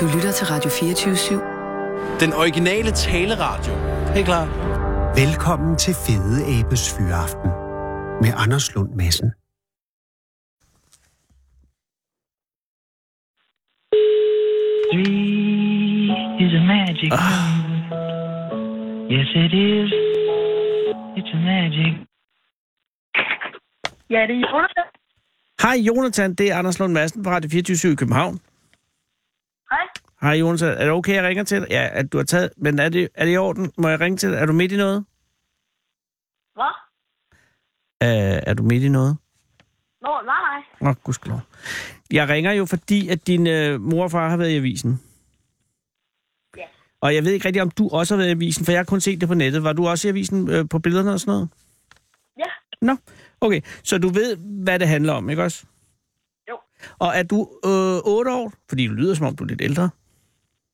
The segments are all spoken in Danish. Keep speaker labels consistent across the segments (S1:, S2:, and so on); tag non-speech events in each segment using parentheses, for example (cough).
S1: Du lytter til Radio 24 /7.
S2: Den originale taleradio. Helt klar.
S3: Velkommen til Fede Abes Fyraften med Anders Lund Madsen.
S4: Three is a magic number. Yes, it is. It's a magic.
S5: Ja, det er Jonathan.
S6: Hej Jonathan, det er Anders Lund Madsen fra Radio 24 i København.
S5: Hej.
S6: Hej Jonathan, er det okay, jeg ringer til dig? Ja, at du har taget, men er det, er det i orden? Må jeg ringe til dig? Er du midt i noget?
S5: Hvad?
S6: Uh, er du midt i noget?
S5: Nå, nej, nej.
S6: Nå, oh, gudskelov. Jeg ringer jo, fordi at din øh, mor og far har været i avisen.
S5: Ja.
S6: Og jeg ved ikke rigtig, om du også har været i avisen, for jeg har kun set det på nettet. Var du også i avisen øh, på billederne og sådan noget?
S5: Ja.
S6: Nå, okay. Så du ved, hvad det handler om, ikke også?
S5: Jo.
S6: Og er du øh, 8 år? Fordi du lyder, som om du er lidt ældre.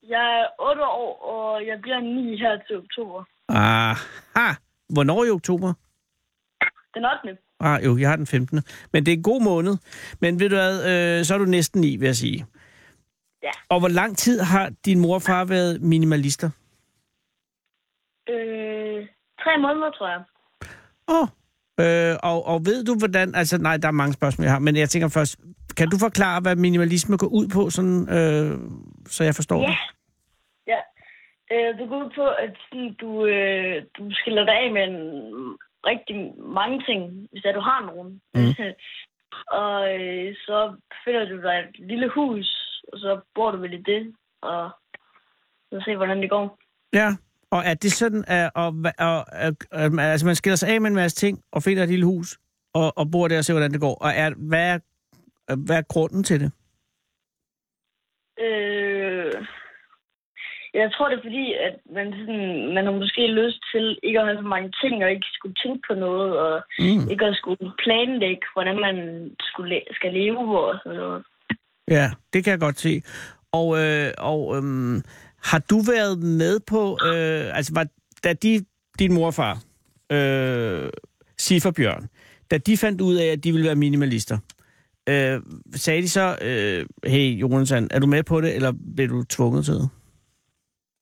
S5: Jeg er 8 år, og jeg bliver 9 her til oktober.
S6: Aha. Hvornår i oktober?
S5: Den 8.
S6: Ah, jo, jeg har den 15. Men det er en god måned. Men ved du hvad, øh, så er du næsten i, vil jeg sige.
S5: Ja.
S6: Og hvor lang tid har din mor og far været minimalister?
S5: Øh, tre måneder, tror jeg.
S6: Åh. Øh, og, og ved du hvordan, altså nej, der er mange spørgsmål, jeg har, men jeg tænker først, kan du forklare, hvad minimalisme går ud på, sådan, øh, så jeg forstår
S5: Ja.
S6: det?
S5: Ja. Øh, det går ud på, at sådan, du, øh, du skiller dig af med en, rigtig mange ting, hvis at du har nogen. Mm. (laughs) og øh, så finder du dig et lille hus, og så bor du vel i det, og så se, hvordan det går.
S6: Ja. Og er det sådan, at og, og, og, øhm, altså, man skiller sig af med en masse ting, og finder et lille hus, og, og bor der og ser, hvordan det går? Og er, hvad, er, hvad er grunden til det?
S5: Øh, jeg tror, det er fordi, at man, sådan, man har måske lyst til ikke at have så mange ting, og ikke skulle tænke på noget, og
S6: Mm.
S5: ikke at skulle planlægge, hvordan man skulle le- skal leve og sådan noget.
S6: Ja, det kan jeg godt se. Og, øh, og øhm, har du været med på, øh, altså var, da de, din morfar, øh, Sif og Bjørn, da de fandt ud af, at de ville være minimalister, øh, sagde de så, øh, hey Jonathan, er du med på det, eller blev du tvunget til det?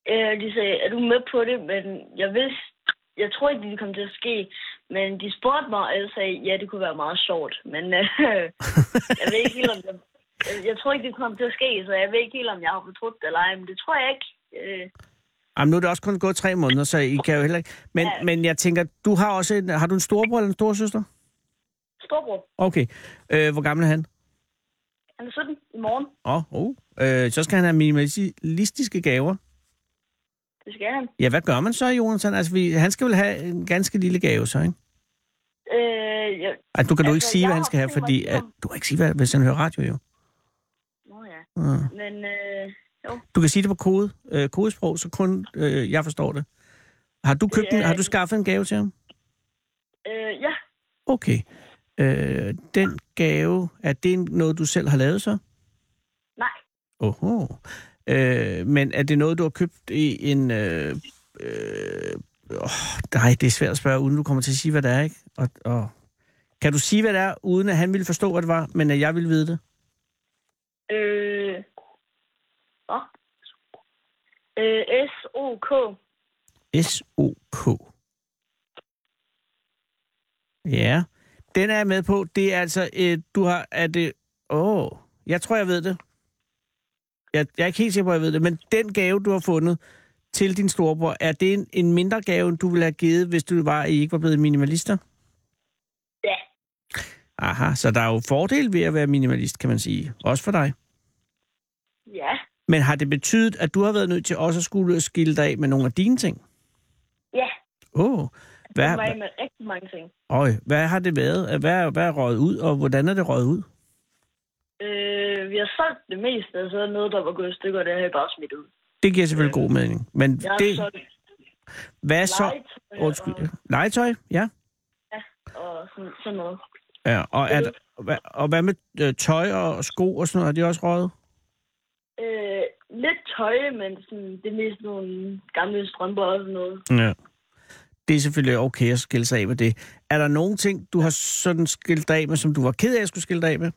S5: Øh, de sagde, er du med på det? Men jeg vidste, jeg tror ikke, det ville komme til at ske. Men de spurgte mig, og jeg sagde, ja, det kunne være meget sjovt. Men øh, jeg ved ikke helt, om jeg, jeg, jeg tror ikke, det kom til at ske, så jeg ved ikke helt, om jeg har fortrudt det eller ej. Men det tror jeg ikke. Øh,
S6: Jamen, nu er det også kun gået tre måneder, så I kan jo heller ikke... Men, ja. men jeg tænker, du har også en... Har du en storbror eller en storsøster?
S5: Storbror,
S6: Okay. Øh, hvor gammel er han?
S5: han er 17 i morgen.
S6: Åh, oh, oh. Øh, så skal han have minimalistiske gaver.
S5: Det skal han.
S6: Ja, hvad gør man så, Jonathan? Altså, vi, han skal vel have en ganske lille gave, så, ikke?
S5: Øh, jeg,
S6: Altså, du kan altså, du
S5: Altså,
S6: ikke sige,
S5: jeg
S6: hvad
S5: har
S6: han skal have,
S5: tænkt mig
S6: fordi...
S5: at sige
S6: At,
S5: om-
S6: du kan ikke sige, hvad, hvis han hører radio, jo.
S5: nå ja.
S6: Mm.
S5: Men øh,
S6: Du kan sige det på kode, øh, kodesprog, så kun øh, jeg forstår det. Har du, købt en,
S5: Ja.
S6: har du skaffet en gave til ham?
S5: øh, ja,
S6: Okay. Øh, den gave, er det en- noget, du selv har lavet så?
S5: nej.
S6: Oho. Øh, men er det noget, du har købt i en... Øh, øh, oh, nej, det er svært at spørge, uden du kommer til at sige, hvad det er, ikke? Og, og, kan du sige, hvad det er, uden at han ville forstå, hvad det var, men at jeg ville vide det?
S5: Øh, nå. Øh, S-O-K.
S6: S-O-K. Ja. Den er jeg med på. Det er altså... Øh, du har... Er det... Åh, oh, jeg tror, jeg ved det. Jeg, jeg er ikke helt sikker på, at jeg ved det, men den gave, du har fundet til din storebror, er det en, en mindre gave, end du ville have givet, hvis du var, I ikke var blevet minimalister?
S5: Ja.
S6: Aha, så der er jo fordel ved at være minimalist, kan man sige. Også for dig.
S5: Ja,
S6: Men har det betydet, at du har været nødt til også at skulle skille dig af med nogle af dine ting?
S5: ja.
S6: Åh, oh,
S5: Hvad?
S6: hvad,
S5: Jeg var af med rigtig mange ting.
S6: Øj, hvad har det været? Hvad, hvad er røget ud, og hvordan er det røget ud?
S5: Øh, vi har solgt det meste, og så er noget, der var gået i stykker, og det har jeg bare smidt ud.
S6: Det giver selvfølgelig god mening. Men
S5: Jeg har det...
S6: det,
S5: solgt
S6: hvad er så...
S5: legetøj øh,
S6: Undskyld.
S5: og,
S6: Legetøj, ja.
S5: og sådan, sådan noget.
S6: ja og, er, der- hva- og hvad med øh, tøj og sko og sådan noget? Er det også røget?
S5: Øh, lidt tøj, men sådan, det er mest nogle gamle strømper og sådan noget.
S6: Ja. Det er selvfølgelig okay at skille sig af med det. Er der nogen ting, du har sådan skilt dig af med, som du var ked af at skulle skille dig af med?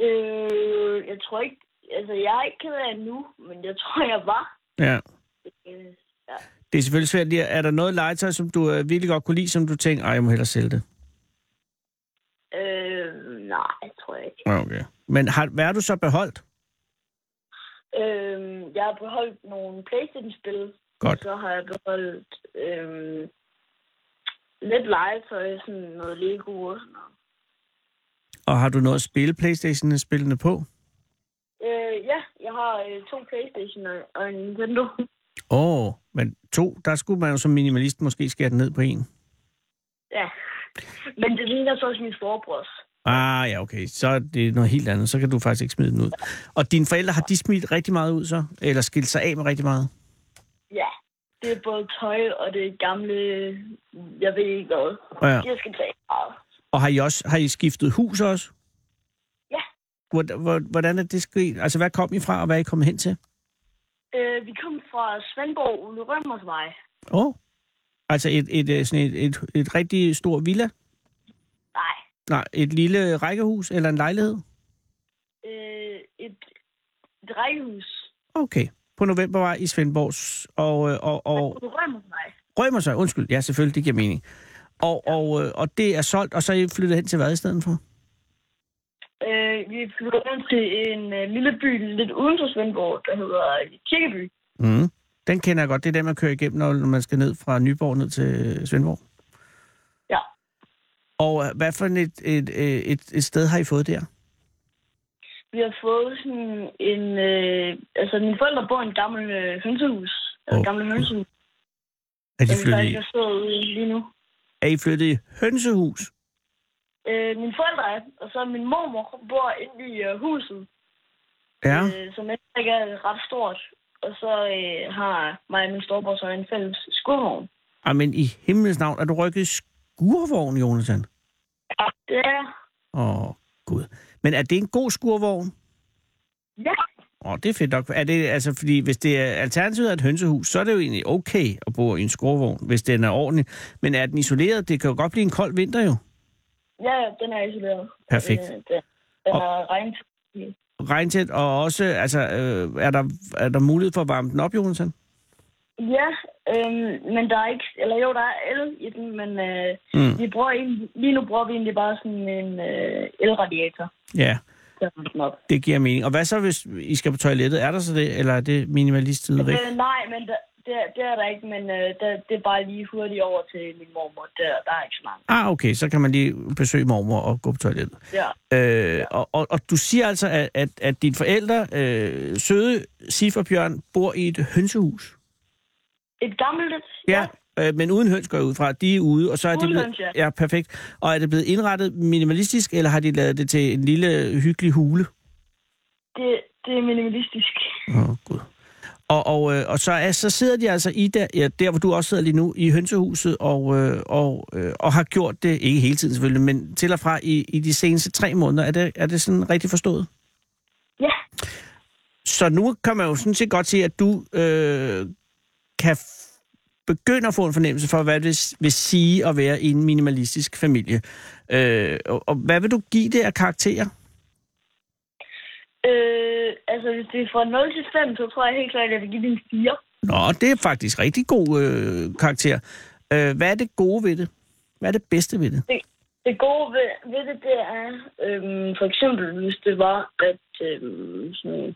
S5: Øh, jeg tror ikke, altså, jeg er ikke ked af det nu, men jeg tror, jeg var.
S6: Ja.
S5: Øh, ja.
S6: Det er selvfølgelig svært lige. Er der noget legetøj, som du øh, virkelig godt kunne lide, som du tænker, ej, jeg må hellere sælge det?
S5: Øh, nej, tror jeg ikke.
S6: Ja, okay. Men har, hvad har du så beholdt?
S5: Øh, jeg har beholdt nogle Playstation-spil.
S6: Godt.
S5: Så har jeg beholdt øh, lidt legetøj, sådan noget Lego og sådan noget.
S6: Og har du noget at spille Playstation-spillene på?
S5: Øh, ja, jeg har øh, to Playstation og- og en Nintendo. (laughs)
S6: Åh, oh, men to, der skulle man jo som minimalist måske skære den ned på en.
S5: ja. Men det ligner så også min storebrors.
S6: Ah, ja, okay. Så er det noget helt andet. Så kan du faktisk ikke smide den ud. Og dine forældre, har de smidt rigtig meget ud så? Eller skilt sig af med rigtig meget?
S5: Ja, det er både tøj og det gamle, jeg ved ikke hvad.
S6: Ja.
S5: Jeg skal tage meget.
S6: Og har I, også, har I skiftet hus også?
S5: Ja.
S6: Hvordan, hvor- hvordan er det sket? Altså, hvad kom I fra, og hvad er I kommet hen til?
S5: Øh, vi kom fra Svendborg, Ulle Rømmers vej.
S6: Åh. Oh. Altså, et, et, øh, sådan et, et, et rigtig stort villa?
S5: Nej,
S6: Nej, et lille rækkehus eller en lejlighed?
S5: øh, et, et rækkehus.
S6: Okay. På novembervej i Svendborgs og, øh, og, og
S5: Ulle Rømmers vej.
S6: rømmer sig. Undskyld, ja, selvfølgelig, det giver mening. Og, og, øh, og det er solgt, og så er I flyttet hen til hvad i stedet for?
S5: Øh, vi flyttede rundt til en øh, lille by lidt uden for Svendborg, der hedder øh, Kirkeby.
S6: Mm. Den kender jeg godt. Det er den, man kører igennem, når når man skal ned fra Nyborg ned til Svendborg.
S5: Ja.
S6: Og øh, hvad for et, et, øh, et, et sted har I fået der?
S5: Vi har fået sådan en... Øh, altså, mine forældre bor i en gammel øh, hønsehus. Altså,
S6: Åh,
S5: oh. gamle hønsehus.
S6: Er, de
S5: Som vi
S6: flyttet
S5: faktisk
S6: i,
S5: har stået ude i lige nu.
S6: er I flyttet i hønsehus?
S5: Øh, mine forældre er, og så min mormor bor inde i øh, huset,
S6: Ja.
S5: øh, som heller ikke er ret stort. Og så øh, har mig og min storebror så en fælles skurvogn.
S6: Ej, men i himlens navn, er du rykket i skurvogn, Jonathan?
S5: Det er...
S6: Åh, gud. Men er det en god skurvogn?
S5: Ja,
S6: Åh, det er fedt nok. Er det, altså, fordi hvis det er alternativet er et hønsehus, så er det jo egentlig okay at bo i en skurvogn, hvis den er ordentlig. Men er den isoleret? Det kan jo godt blive en kold vinter jo.
S5: ja, ja, den er isoleret.
S6: Perfekt.
S5: Øh, den, den er regnet.
S6: Regntæt, og også, altså, øh, er, der, er der mulighed for at varme den op, Jonathan?
S5: Ja, øhm, men der er ikke... Eller jo, der er el i den, men øh,
S6: Mm.
S5: mm. vi bruger egentlig, lige nu bruger vi egentlig bare sådan en øh, elradiator.
S6: Ja,
S5: til at varme den op.
S6: det giver mening. Og hvad så, hvis I skal på toilettet? Er der så det, eller er det minimalist væk?
S5: Øh, nej, men der, det, er- det er der ikke, men øh, der, det er bare lige hurtigt over til min mormor. Der, der er ikke så mange.
S6: Ah, okay, så kan man lige besøge mormor og gå på toilettet.
S5: Ja.
S6: Øh, og, og, og du siger altså, at, at, at dine forældre, øh, søde Sif og Bjørn, bor i et hønsehus?
S5: Et gammelt et?
S6: ja. Øh, men uden høns går jeg ud fra. De er ude, og så er
S5: Uden
S6: det blevet,
S5: høns, ja.
S6: ja, perfekt. Og er det blevet indrettet minimalistisk, eller har de lavet det til en lille hyggelig hule?
S5: Det, det er minimalistisk.
S6: Åh, oh, gud. Og, og, øh, og så, er, så sidder de altså i der, ja, der, hvor du også sidder lige nu, i hønsehuset, og, øh, og, øh, og har gjort det, ikke hele tiden selvfølgelig, men til og fra i, i de seneste tre måneder. Er det, er det sådan rigtig forstået?
S5: Ja,
S6: Så nu kan man jo sådan set godt sige, at du øh, kan f- begynde at få en fornemmelse for, hvad det s- vil sige at være i en minimalistisk familie. Øh, og, og hvad vil du give det af karakterer?
S5: øh, altså hvis det er fra 0 til 5, så tror jeg helt klart, at jeg vil give det en 4.
S6: Nå, det er faktisk rigtig god øh, karakter. Øh, hvad er det gode ved det? Hvad er det bedste ved det?
S5: Det gode ved, ved det, det er, øhm, for eksempel hvis det var, at øhm, sådan,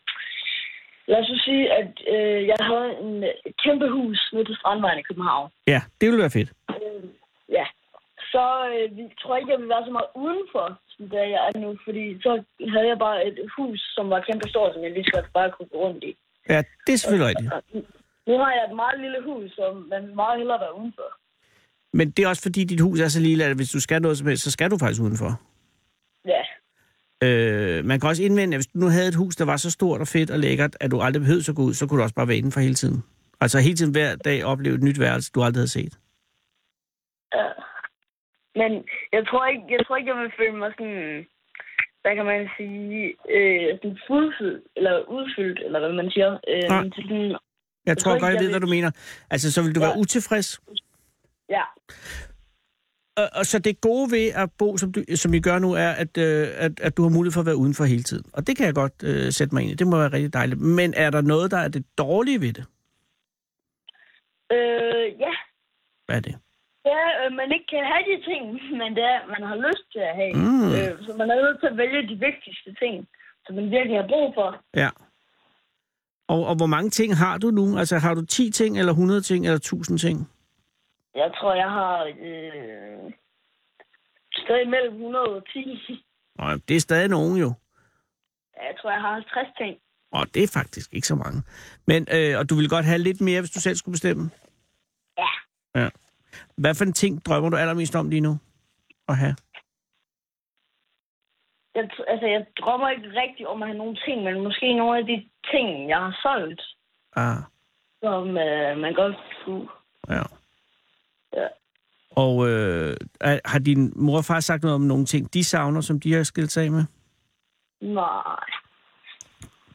S5: lad os så sige, at øh, jeg havde en et kæmpe hus nede på Strandvejen i København.
S6: Ja, det ville være fedt.
S5: Øh, ja, så øh, vi- tror jeg ikke, jeg ville være så meget udenfor, som det er, jeg er nu, fordi så havde jeg bare et hus, som var kæmpe stort, som jeg lige så godt bare kunne gå rundt i.
S6: Ja, det er selvfølgelig rigtigt.
S5: Nu har jeg et meget lille hus, som man vil meget hellere være udenfor.
S6: Men det er også fordi, dit hus er så lille, at hvis du skal noget som helst, så skal du faktisk udenfor.
S5: Ja,
S6: Øh, man kan også indvende, at hvis du nu havde et hus, der var så stort og fedt og lækkert, at du aldrig behøvede at gå ud, så kunne du også bare være indenfor hele tiden. Altså hele tiden hver dag opleve et nyt værelse, du aldrig havde set.
S5: men jeg tror ikke, jeg, tror ikke, jeg vil føle mig sådan, hvad kan man sige, øh, sådan fuldfyldt, eller udfyldt, eller hvad man siger. Øh,
S6: Nej.
S5: men til sådan,
S6: Jeg tror
S5: tror ikke,
S6: godt, jeg
S5: jeg
S6: ved,
S5: vil-
S6: hvad du mener. Altså, så vil du
S5: Ja.
S6: være utilfreds.
S5: ja,
S6: og, og så det gode ved at bo, som, du, som I gør nu, er, at, øh, at, at du har mulighed for at være udenfor hele tiden. Og det kan jeg godt øh, sætte mig ind i. Det må være rigtig dejligt. Men er der noget, der er det dårlige ved det?
S5: Øh, ja.
S6: Hvad er det?
S5: Ja, øh, man ikke kan have de ting, men det er, man har lyst til at have.
S6: Mm.
S5: Øh, så man er nødt til at vælge de vigtigste ting, som man virkelig har brug for.
S6: Ja. Og, og hvor mange ting har du nu? Altså har du 10 ting, eller 100 ting, eller 1000 ting?
S5: Jeg tror, jeg har øh, stadig mellem 110.
S6: Nå, det er stadig nogen jo.
S5: Jeg tror, jeg har 50 ting.
S6: Og det er faktisk ikke så mange. Men, øh, og du ville godt have lidt mere, hvis du selv skulle bestemme?
S5: Ja.
S6: ja. Hvad for en ting drømmer du allermest om lige nu at have?
S5: Jeg, tr- altså, jeg drømmer ikke rigtig om at have nogle ting, men måske nogle af de ting, jeg har solgt,
S6: Ah,
S5: som øh, man godt kunne...
S6: ja.
S5: Ja.
S6: Og øh, er- har din mor og far sagt noget om nogle ting, de savner, som de har skilt sig af med?
S5: Nej.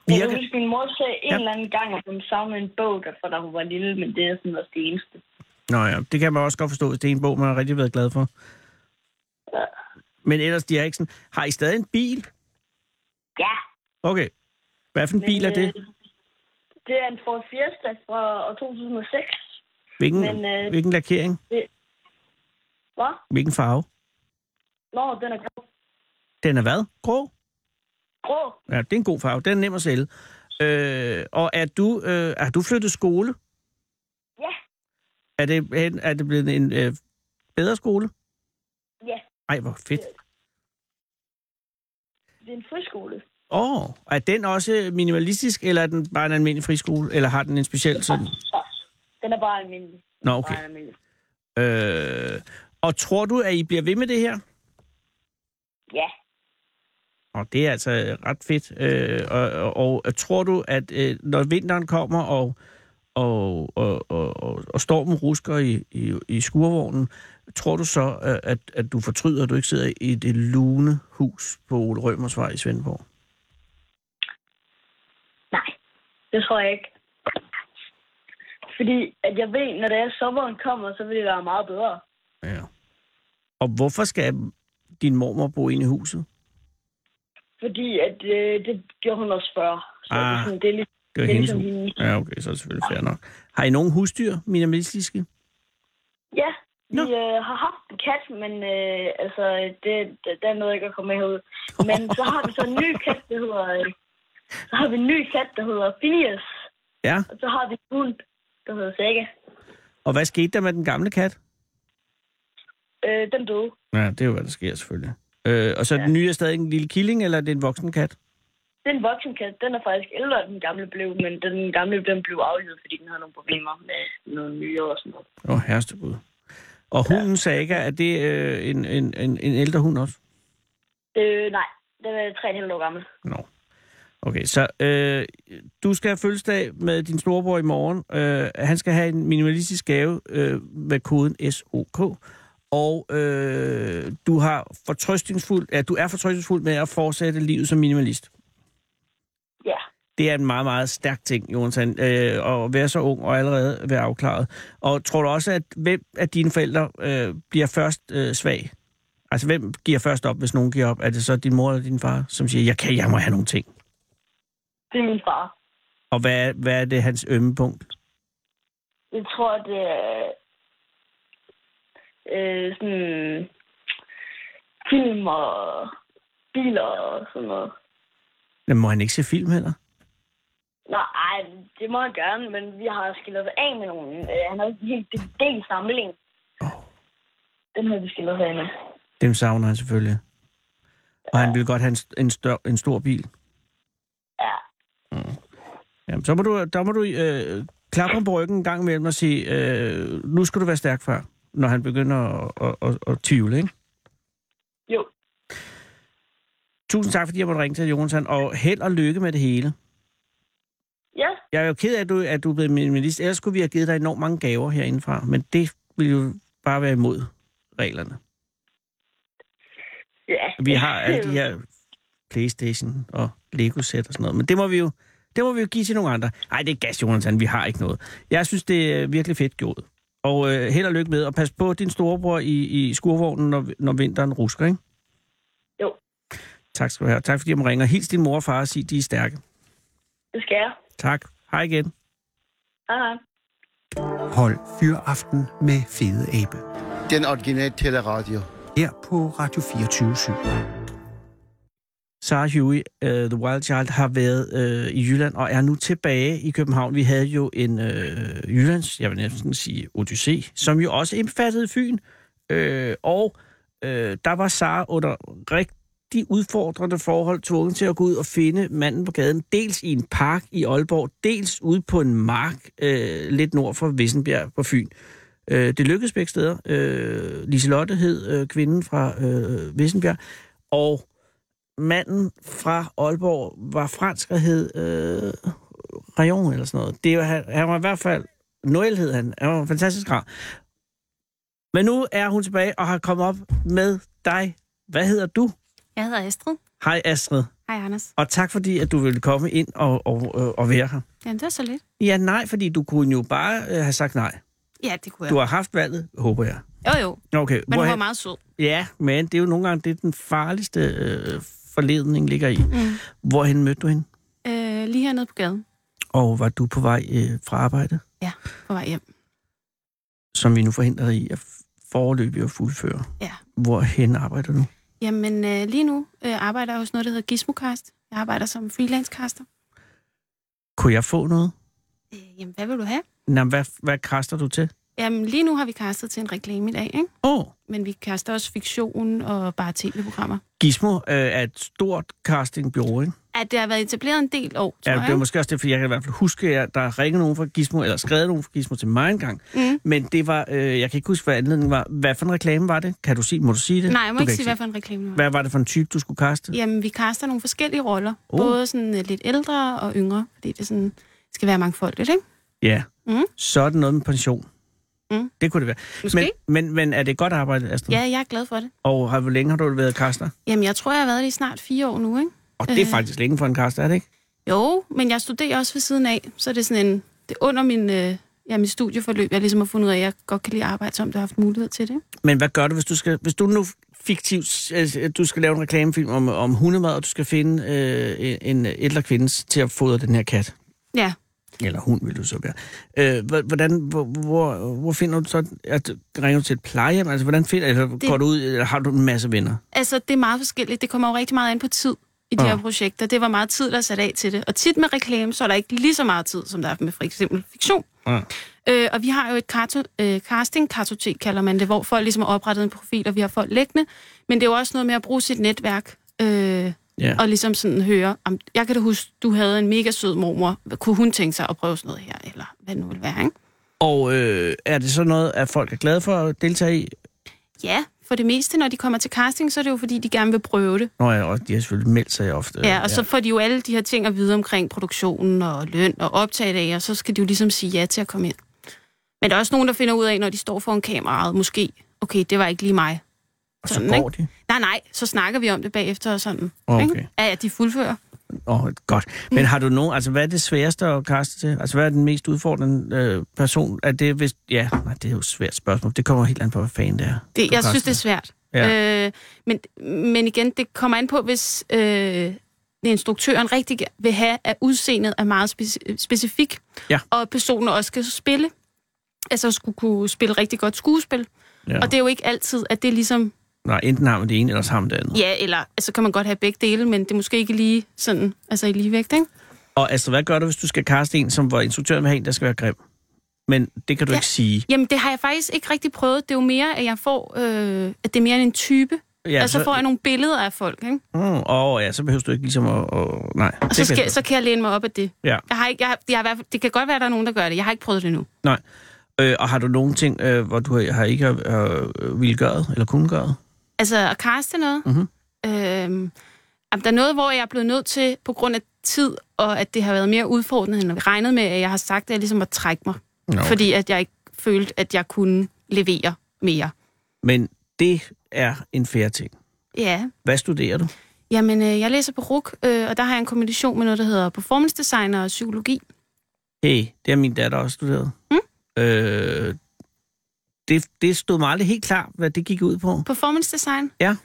S5: Jeg kan
S6: Virker,
S5: huske, min mor sagde en
S6: Ja.
S5: eller anden gang, at hun savnede en bog, der, for da hun var lille, men det er sådan også det eneste.
S6: Nå ja, det kan man også godt forstå, hvis det er en bog, man har rigtig været glad for.
S5: Ja.
S6: Men ellers, de er ikke sådan... Har I stadig en bil?
S5: Ja.
S6: Okay. Hvad for en
S5: men,
S6: bil er det?
S5: øh, Det er en Ford Fiesta fra øh, år 2006.
S6: Hvilken,
S5: men, øh,
S6: hvilken lakering?
S5: Hvad?
S6: Hvilken farve?
S5: Nå, den er grå.
S6: Den er hvad? Grå?
S5: Grå?
S6: Ja, det er en god farve. Den er nem at sælge. Øh, og er du, øh, er du flyttet skole?
S5: Ja.
S6: Er det, hen- er det blevet en øh, bedre skole?
S5: Ja.
S6: Ej, hvor fedt.
S5: Det er en friskole.
S6: Åh, oh, er den også minimalistisk, eller er den bare en almindelig friskole, eller har den en speciel sådan?
S5: Den er bare almindelig.
S6: Nå,
S5: Okay.
S6: okay.
S5: Bare almindelig.
S6: Øh, og tror du, at I bliver ved med det her?
S5: Ja.
S6: Og det er altså øh, ret fedt. Øh, og, og, og øh, tror du, at øh, når vinteren kommer og, og, og, og, og, og stormen rusker i, i, i skurvognen, tror du så, øh, at, at du fortryder, at du ikke sidder i det lune hus på Ole Rømersvej i Svendborg?
S5: Nej, det tror jeg ikke. Fordi at jeg ved, når det er sommeren kommer, så vil det være meget bedre.
S6: Ja. Og hvorfor skal din mormor bo inde i huset?
S5: Fordi at øh, det gjorde hun også før. Så det,
S6: Ah.
S5: er sådan, det er lidt
S6: Det er
S5: Det er
S6: hendes
S5: ligesom
S6: hus.
S5: hendes.
S6: Ja, okay, så er det selvfølgelig fair nok. Har I nogen husdyr, minimalistiske?
S5: Ja, vi
S6: Nå.
S5: øh, har haft en kat, men øh, altså, det, det, der er noget, jeg ikke at komme med herud. Men så har vi så en ny kat, der hedder... Øh, så har vi en ny kat, der hedder Phineas.
S6: Ja.
S5: Og så har vi en hund, der hedder Saga.
S6: Og hvad skete der med den gamle kat?
S5: Øh, den døde.
S6: Ja, det er jo, hvad der sker selvfølgelig. Øh, og så ja. den nye er stadig en lille killing, eller er det en voksen kat?
S5: Det er en voksen kat. Den er faktisk ældre, end den gamle blev, men den gamle den blev aflevet, fordi den havde nogle problemer med noget nyere og sådan noget.
S6: Åh, oh, herrestegud. Og hunden ja. Saga, er det øh, en, en, en, en ældre hund også?
S5: Øh, nej, den er 3,5 år gammel.
S6: Nå. No. Okay, så øh, du skal have fødselsdag med din storebror i morgen. Øh, han skal have en minimalistisk gave øh, med koden SOK. Og øh, du har fortrøstningsfuld, ja, du er fortrøstningsfuld med at fortsætte livet som minimalist.
S5: Ja,
S6: Det er en meget, meget stærk ting, Jonathan, øh, at være så ung og allerede være afklaret. Og tror du også, at hvem af dine forældre øh, bliver først øh, svag? Altså, hvem giver først op, hvis nogen giver op? Er det så din mor eller din far, som siger, jeg kan, jeg må have nogle ting?
S5: det er min far.
S6: Og hvad, er- hvad er det hans ømme punkt?
S5: Jeg tror, det er... Øh, sådan... Film og biler og sådan noget.
S6: Jamen, må han ikke se film heller?
S5: Nå, ej, det må han gerne, men vi har skillet sig af med nogen. Øh, han har ikke en helt DVD samling.
S6: Åh.
S5: Den har vi skillet sig af med.
S6: Dem savner han selvfølgelig. Og han ville godt have en, st- en, stør, en stor bil.
S5: Ja.
S6: Jamen, så må du, der må du øh, klappe ham på ryggen en gang imellem og sige, øh, nu skal du være stærk, far, når han begynder at, at, at, at tvivle, ikke?
S5: Jo,
S6: Tusind tak, fordi jeg måtte ringe til Jonathan, og held og lykke med det hele.
S5: ja,
S6: Jeg er jo ked af, at du, at du er blevet minimalist. Ellers skulle vi have givet dig enormt mange gaver herindefra, men det ville jo bare være imod reglerne.
S5: ja.
S6: Vi har alle de her Playstation og Lego-sæt og sådan noget, men det må vi jo, det må vi jo give til nogle andre. Nej, det er gas, Jonathan, vi har ikke noget. Jeg synes, det er virkelig fedt gjort. Og øh, held og lykke med, og pas på din storebror i, i skurvognen, når, når vinteren rusker, ikke?
S5: Jo.
S6: Tak skal du have. Tak fordi jeg må ringe. Og hils din mor og far og sig, de er stærke.
S5: Det skal jeg.
S6: Tak. Hej igen.
S5: Hej, hej.
S3: Hold fyraften med Fede Abe.
S7: Den originale teleradio.
S3: Her på Radio 24 7.
S6: Sarah Huey, uh, The Wild Child, har været uh, i Jylland og er nu tilbage i København. Vi havde jo en uh, Jyllands, jeg vil næsten sige, Odyssé, som jo også indfattede Fyn. Uh, og uh, der var Sarah under rigtig udfordrende forhold tvunget til at gå ud og finde manden på gaden, dels i en park i Aalborg, dels ude på en mark uh, lidt nord for Vissenbjerg på Fyn. Uh, det lykkedes begge steder. Uh, Liselotte hed uh, kvinden fra uh, Vissenbjerg, og manden fra Aalborg var fransk og hed øh, Rayon eller sådan noget. Det var, han, han var i hvert fald... Noel hed han. Han var en fantastisk rar. Men nu er hun tilbage og har kommet op med dig. Hvad hedder du?
S8: Jeg hedder Astrid.
S6: Hej Astrid.
S8: Hej, Anders.
S6: Og tak fordi, at du ville komme ind og, og, og- og være her.
S8: Jamen, det var så lidt.
S6: Ja, nej, fordi du kunne jo bare øh, have sagt nej.
S8: Ja, det kunne jeg.
S6: Du har haft valget, håber jeg.
S8: Jo, jo.
S6: Okay,
S8: Men hun
S6: hvorhen-
S8: var meget sød.
S6: Ja, men det er jo nogle gange det, den farligste øh, forledning ligger i. Mm. Hvorhen mødte du hende?
S8: Øh, lige hernede på gaden.
S6: Og var du på vej øh, fra arbejde,
S8: Ja, på vej hjem.
S6: som vi nu forhindrer dig i at foreløbe og fuldføre?
S8: Ja.
S6: Hvorhen arbejder du?
S8: Jamen, øh, lige nu øh, arbejder jeg hos noget, der hedder Gizmocast. Jeg arbejder som freelancecaster.
S6: Kunne jeg få noget?
S8: Øh, jamen, hvad vil du have?
S6: Nå, hvad, hvad kaster du til?
S8: Jamen, lige nu har vi castet til en reklame i dag, ikke?
S6: Åh, oh,
S8: Men vi kaster også fiktion og bare tv-programmer.
S6: Gizmo øh, er et stort castingbureau, ikke?
S8: At det har været etableret en del år, tror
S6: Ja, det
S8: jeg.
S6: er måske også det, fordi jeg kan i hvert fald huske, at der er ringet nogen fra Gizmo, eller skrevet nogen fra Gizmo til mig engang.
S8: Mm.
S6: Men det var, øh, jeg kan ikke huske, hvad anledningen var. Hvad for en reklame var det? Kan du sige, må du sige det?
S8: Nej, jeg må
S6: du
S8: ikke
S6: kan
S8: sige, hvad for en reklame det var.
S6: Hvad var det for en type, du skulle kaste?
S8: Jamen, vi kaster nogle forskellige roller.
S6: Oh.
S8: Både sådan øh, lidt ældre og yngre, fordi det sådan skal være mangfoldigt, ikke?
S6: Ja.
S8: Mm.
S6: Så er det noget med pension.
S8: Mm.
S6: Det kunne det være.
S8: Måske.
S6: Men, men, men er det et godt arbejde, Astrid?
S8: Ja, jeg er glad for det.
S6: Og har, hvor længe har du været kaster?
S8: Jamen, jeg tror, jeg har været det i snart fire år nu, ikke?
S6: Og det er
S8: Øh.
S6: faktisk længe for en kaster, er det ikke?
S8: Jo, men jeg studerer også ved siden af, så det er sådan en... Det er under min, øh, ja, min studieforløb, jeg ligesom har fundet ud af, at jeg godt kan lide at arbejde som, der har haft mulighed til det.
S6: Men hvad gør du, hvis du, skal, hvis du nu fiktivt, øh, du skal lave en reklamefilm om, om hundemad, og du skal finde øh, en ældre kvinde til at fodre den her kat?
S8: Ja,
S6: Eller hund, vil du så være. Øh, hvor- hvordan, hvor, hvor, hvor finder du så, at ringer du til et plejehjem? Altså, hvordan finder, eller det... går du ud, eller har du en masse venner?
S8: altså det er meget forskelligt. Det kommer jo rigtig meget an på tid i de
S6: Ah.
S8: her projekter. Det var meget tid, der er sat af til det. Og tit med reklame, så er der ikke lige så meget tid, som der er med for eksempel fiktion.
S6: Ja.
S8: Øh, og vi har jo et karto, øh, casting-kartotek, kalder man det, hvor folk ligesom har oprettet en profil, og vi har folk læggende. Men det er jo også noget med at bruge sit netværk. Øh,
S6: Ja.
S8: og ligesom sådan høre, om, jeg kan da huske, du havde en mega sød mormor, kunne hun tænke sig at prøve sådan noget her, eller hvad det nu vil være, ikke?
S6: Og øh, er det så noget, at folk er glade for at deltage i?
S8: Ja, for det meste, når de kommer til casting, så er det jo fordi, de gerne vil prøve det.
S6: Nå ja, og de har selvfølgelig meldt sig ofte.
S8: Ja, og så får de jo alle de her ting at vide omkring produktionen og løn og optagedage, og så skal de jo ligesom sige ja til at komme ind. Men der er også nogen, der finder ud af, når de står foran kameraet, måske, okay, det var ikke lige mig.
S6: og så
S8: sådan,
S6: går de.
S8: Nej, nej, så snakker vi om det bagefter og sådan.
S6: Okay.
S8: Ikke? Ja, ja, de fuldfører.
S6: Åh, oh, godt. Men har du nogen, altså hvad er det sværeste at kaste til? Altså hvad er den mest udfordrende øh, person? Er det hvis, ja, nej, det er jo et svært spørgsmål. Det kommer helt an på, hvad fanden det er.
S8: Det,
S6: du
S8: jeg synes,
S6: kaster.
S8: det er svært.
S6: Ja.
S8: Øh, men, men igen, det kommer an på, hvis øh, instruktøren rigtig ge- vil have, at udseendet er meget speci- specifik,
S6: Ja.
S8: og personen også skal spille, altså skulle kunne spille rigtig godt skuespil.
S6: Ja.
S8: Og det er jo ikke altid, at det er ligesom,
S6: Nej, enten har man det ene, eller så har man det andet.
S8: ja, eller altså kan man godt have begge dele, men det er måske ikke lige sådan, altså i ligevægt, ikke?
S6: Og altså, hvad gør du, hvis du skal kaste en, som hvor instruktøren vil have en, der skal være grim? Men det kan du ja.
S8: Ja.
S6: ikke sige.
S8: Jamen, det har jeg faktisk ikke rigtig prøvet. Det er jo mere, at jeg får, øh, at det er mere en type, ja, og så, får jeg nogle billeder af folk, ikke?
S6: Mm, åh, ja, så behøver du ikke ligesom at... at nej.
S8: Og så, skal, så kan jeg læne mig op af det.
S6: Ja.
S8: Jeg har ikke, jeg, har- jeg har, i hvert fald- det kan godt være, at der er nogen, der gør det. Jeg har ikke prøvet det endnu.
S6: Nej. Øh, og har du nogle ting, øh, hvor du har, har ikke øh, ville gøre det, eller kunne gøre det?
S8: Altså, at kaste noget.
S6: Mhm.
S8: Øhm, jamen, der er noget, hvor jeg er blevet nødt til, på grund af tid, og at det har været mere udfordrende, end vi regnede med, at jeg har sagt, at jeg ligesom at trække mig.
S6: Nå, okay.
S8: Fordi at jeg ikke følte, at jeg kunne levere mere.
S6: Men det er en fair ting.
S8: Ja.
S6: Hvad studerer du?
S8: Jamen, øh, jeg læser på RUK, øh, og der har jeg en kombination med noget, der hedder performance designer og psykologi.
S6: Hey, det har min datter også studeret. Mm. Øh, det, det stod mig aldrig helt klart, hvad det gik ud på.
S8: Performance design?
S6: Ja.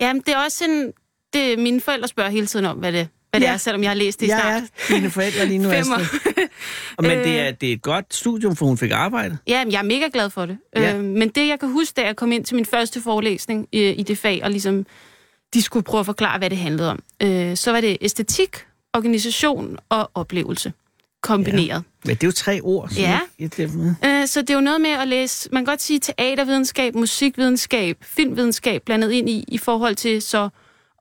S8: Jamen, det er også en... Det, mine forældre spørger hele tiden om, hvad det, hvad det
S6: Ja.
S8: er, selvom jeg har læst det i
S6: jeg
S8: snart
S6: er dine forældre lige nu,
S8: (laughs) fem år. Øh.
S6: Astrid. Men det er, det er et godt studium, for hun fik arbejde.
S8: Ja, men jeg er mega glad for det.
S6: Ja.
S8: Ja. Øh, men det, jeg kan huske, da jeg kom ind til min første forelæsning øh, i, i det fag, og ligesom de skulle prøve at forklare, hvad det handlede om, øh, så var det æstetik, organisation og oplevelse kombineret.
S6: Men det er jo tre ord. så
S8: Ja.
S6: det- det-
S8: Ja. Øh, så det er jo noget med at læse, man kan godt sige teatervidenskab, musikvidenskab, filmvidenskab blandet ind i, i forhold til så